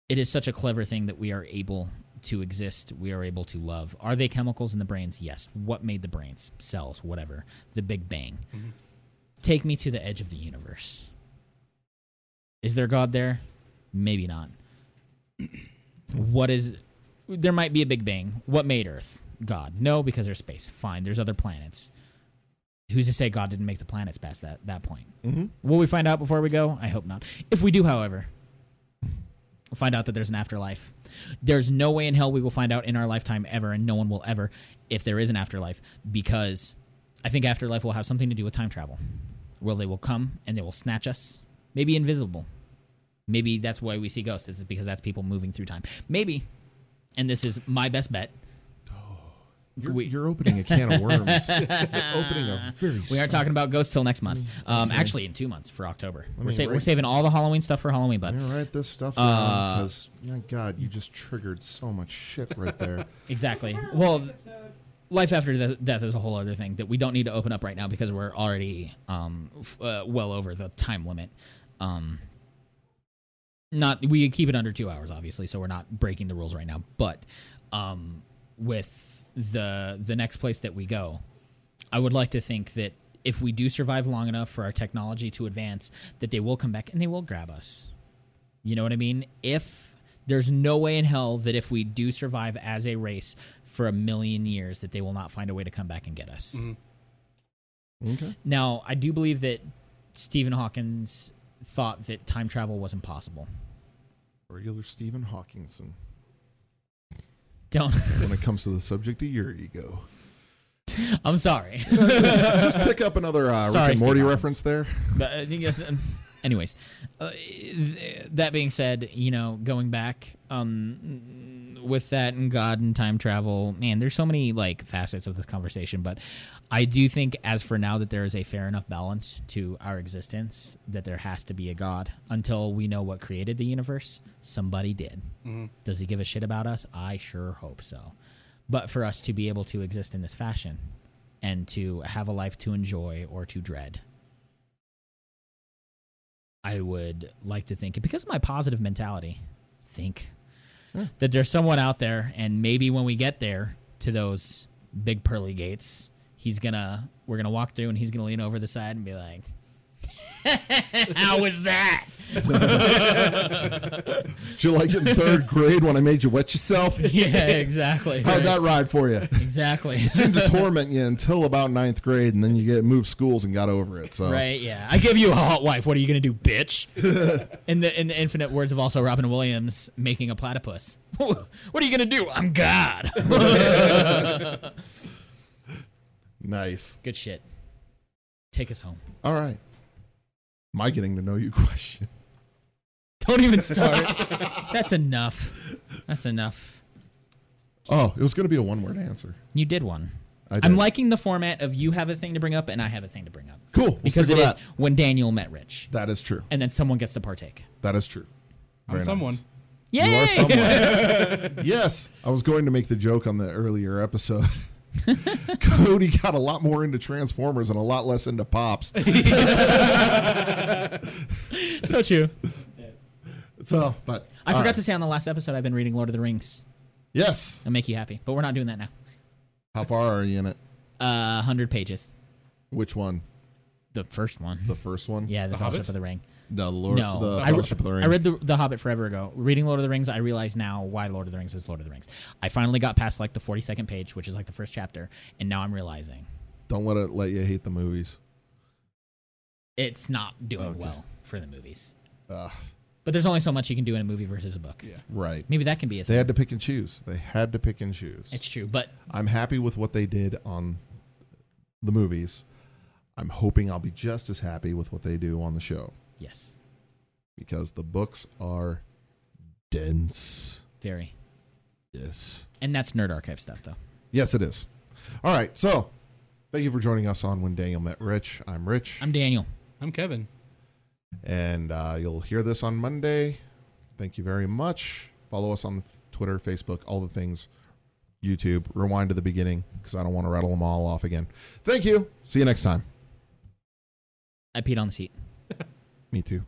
S2: it is such a clever thing that we are able to exist. We are able to love. Are they chemicals in the brains? Yes. What made the brains, cells, whatever? The Big Bang. Take me to the edge of the universe. Is there God there? Maybe not. What is there might be a big bang. What made Earth? God? No, because there's space. Fine, there's other planets. Who's to say God didn't make the planets past that, that point?
S1: Mm-hmm.
S2: Will we find out before we go? I hope not. If we do, however, we'll find out that there's an afterlife. There's no way in hell we will find out in our lifetime ever, and no one will ever, if there is an afterlife, because I think afterlife will have something to do with time travel, where they will come and they will snatch us, maybe invisible. Maybe that's why we see ghosts. It's because that's people moving through time. Maybe, and this is my best bet.
S1: You're,
S2: We-
S1: you're opening a can
S2: <laughs>
S1: of worms. You're opening a very.
S2: We aren't talking about ghosts till next month. Um, actually, in two months for October. We're,
S1: mean,
S2: sa- we're
S1: right-
S2: saving all the Halloween stuff for Halloween, bud.
S1: All right, this
S2: Uh,
S1: stuff. Because my God, you just triggered so much shit right there.
S2: Exactly.
S6: Well,
S2: Well, life after de- death is a whole other thing that we don't need to open up right now because we're already um, f- uh, well over the time limit. Um, not we keep it under two hours, obviously, so we're not breaking the rules right now. But um, with the the next place that we go, I would like to think that if we do survive long enough for our technology to advance, that they will come back and they will grab us. You know what I mean? If there's no way in hell that if we do survive as a race for a million years, that they will not find a way to come back and get us.
S1: <laughs> Okay.
S2: Now, I do believe that Stephen Hawkins thought that time travel was impossible.
S1: Regular Stephen Hawkinson.
S2: Don't. <laughs>
S1: When it comes to the subject of your ego,
S2: I'm sorry.
S1: just tick up another uh,
S2: Sorry,
S1: Rick and
S2: Steve
S1: Morty
S2: Hawkins.
S1: reference there.
S2: But I think it's- um, anyways, uh, th- that being said, you know, going back um, with that and God and time travel, man, there's so many like facets of this conversation. But I do think, as for now, that there is a fair enough balance to our existence that there has to be a God until we know what created the universe. Somebody did. Does he give a shit about us? I sure hope so. But for us to be able to exist in this fashion and to have a life to enjoy or to dread. I would like to think, because of my positive mentality, think that there's someone out there, and maybe when we get there to those big pearly gates, he's gonna, we're gonna walk through, and he's gonna lean over the side and be like, <laughs> "How was that?"
S1: <laughs> Did you like it in
S2: <laughs>
S1: third grade when I made you wet yourself?
S2: <laughs> yeah, exactly.
S1: How'd
S2: right,
S1: that ride for you?
S2: Exactly.
S1: seemed
S2: <laughs>
S1: to torment you until about ninth grade, and then you get moved schools and got over it. So
S2: Right, yeah. I give you a hot wife. What are you gonna do,
S1: <laughs>
S2: bitch? in the in the infinite words of also Robin Williams making a platypus. <laughs> what are you gonna do? I'm God.
S1: <laughs> nice.
S2: Good shit. Take us home. <laughs>
S1: All right. My getting to know you <laughs> question.
S2: Don't even start. That's enough. That's enough.
S1: Oh, it was going to be a one word answer.
S2: You did one.
S1: I
S2: I'm
S1: did.
S2: liking the format of you have a thing to bring up and I have a thing to bring up.
S1: cool We'll
S2: Because
S1: stick
S2: it
S1: with
S2: is
S1: that.
S2: when Daniel met Rich
S1: That is true.
S2: and then someone gets to partake.
S1: That is true.
S3: I'm
S1: Very
S3: someone.
S1: nice.
S2: Yay!
S1: You are someone. yes, I was going to make the joke on the earlier episode. <laughs> Cody got a lot more into Transformers and a lot less into
S2: <laughs>
S1: pops.
S2: <laughs> so
S1: <laughs>
S2: true.
S1: So, but
S2: I forgot to say on the last episode I've been reading Lord of the Rings.
S1: Yes.
S2: I'll make you happy. But we're not doing that now.
S1: How far are you in it?
S2: Uh, 100 pages.
S1: Which one?
S2: The first one.
S1: The first one?
S2: yeah, the, Fellowship
S3: Hobbit?
S2: of the Ring.
S1: No, the Lord.
S2: No.
S1: the
S2: I re-
S1: Fellowship of the Ring.
S2: I read the, the Hobbit forever ago. Reading Lord of the Rings, I realize now why Lord of the Rings is Lord of the Rings. I finally got past like the 42nd page, which is like the first chapter, and now I'm realizing
S1: Don't let it let you hate the movies.
S2: it's not doing well for the movies.
S1: Ugh,
S2: But there's only so much you can do in a movie versus a book.
S1: right.
S2: Maybe that can be a
S1: They
S2: thing.
S1: had to pick and choose. They had to pick and choose.
S2: It's true, but
S1: I'm happy with what they did on the movies. I'm hoping I'll be just as happy with what they do on the show
S2: yes,
S1: because the books are dense.
S2: very.
S1: Yes.
S2: And that's nerd archive stuff, though.
S1: Yes, it is. All right. So, thank you for joining us on When Daniel Met Rich. I'm Rich.
S2: I'm Daniel.
S3: I'm Kevin.
S1: and uh, you'll hear this on Monday. Thank you very much. Follow us on Twitter, Facebook, all the things, YouTube. Rewind to the beginning because I don't want to rattle them all off again. Thank you. See you next time.
S2: I peed on the seat.
S1: Me too.